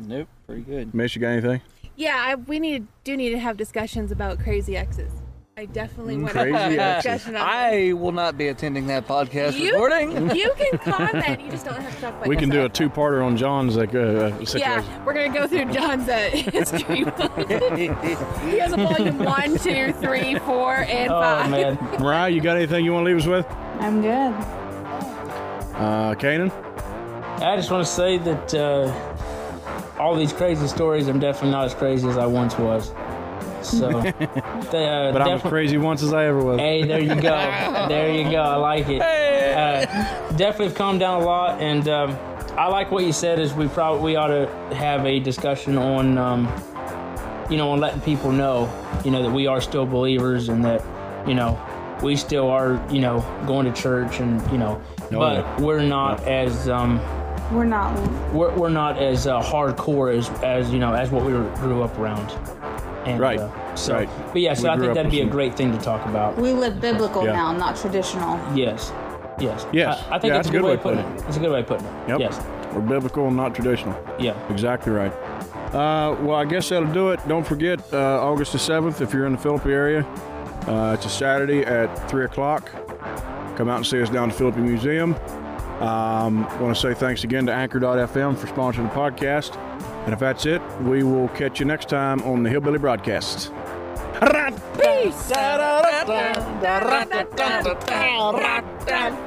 [SPEAKER 2] nope, pretty good.
[SPEAKER 1] Miss, you got anything?
[SPEAKER 3] Yeah, I, we need do need to have discussions about crazy exes. I I definitely want to
[SPEAKER 1] Mm, Crazy
[SPEAKER 3] have a
[SPEAKER 1] exes.
[SPEAKER 3] discussion on
[SPEAKER 2] I will not be attending that podcast
[SPEAKER 3] You-
[SPEAKER 2] recording.
[SPEAKER 3] You can comment. You just don't have to talk about
[SPEAKER 1] We can do a
[SPEAKER 3] yourself.
[SPEAKER 1] two-parter on John's like uh, situation.
[SPEAKER 3] Yeah, we're gonna go through John's uh, history. he has a volume one, two, three, four, and
[SPEAKER 4] Oh
[SPEAKER 3] five.
[SPEAKER 4] man,
[SPEAKER 1] Mariah, you got anything you want to leave us with?
[SPEAKER 7] I'm good.
[SPEAKER 1] Uh, Kanan,
[SPEAKER 4] I just want to say that uh, all these crazy stories, I'm definitely not as crazy as I once was. So, they, uh,
[SPEAKER 1] but I'm as
[SPEAKER 4] definitely-
[SPEAKER 1] crazy once as I ever was.
[SPEAKER 4] Hey, there you go. there you go. I like it. Uh, definitely have calmed down a lot, and um, I like what you said. Is we probably we ought to have a discussion on, um, you know, on letting people know, you know, that we are still believers and that, you know, we still are, you know, going to church and you know, but
[SPEAKER 1] Oh, yeah.
[SPEAKER 4] we're not as. Um,
[SPEAKER 7] We're not
[SPEAKER 4] we're, we're not as uh, hardcore as, as you know as what we were, grew up around. And,
[SPEAKER 1] Right,
[SPEAKER 4] Uh, so,
[SPEAKER 1] right.
[SPEAKER 4] but yeah, so
[SPEAKER 1] We
[SPEAKER 4] I
[SPEAKER 1] grew
[SPEAKER 4] think
[SPEAKER 1] up
[SPEAKER 4] that'd
[SPEAKER 1] with
[SPEAKER 4] be a
[SPEAKER 1] some-
[SPEAKER 4] great thing to talk about.
[SPEAKER 6] We live biblical
[SPEAKER 1] Yeah.
[SPEAKER 6] now, not traditional.
[SPEAKER 4] Yes. Yes.
[SPEAKER 1] Yes.
[SPEAKER 4] I, I think
[SPEAKER 1] Yeah,
[SPEAKER 4] that's a good way of putting it. That's a good way of putting it.
[SPEAKER 1] Yep.
[SPEAKER 4] Yes.
[SPEAKER 1] We're biblical and not traditional.
[SPEAKER 4] Yeah.
[SPEAKER 1] Exactly right. Uh, well, I guess that'll do it. Don't forget uh, August the seventh if you're in the Philippi area. Uh, it's a Saturday at three o'clock. Come out and see us down at the Philippi Museum. Um, Want to say thanks again to Anchor.fm for sponsoring the podcast. And if that's it, we will catch you next time on the Hillbilly Broadcast.
[SPEAKER 3] Peace.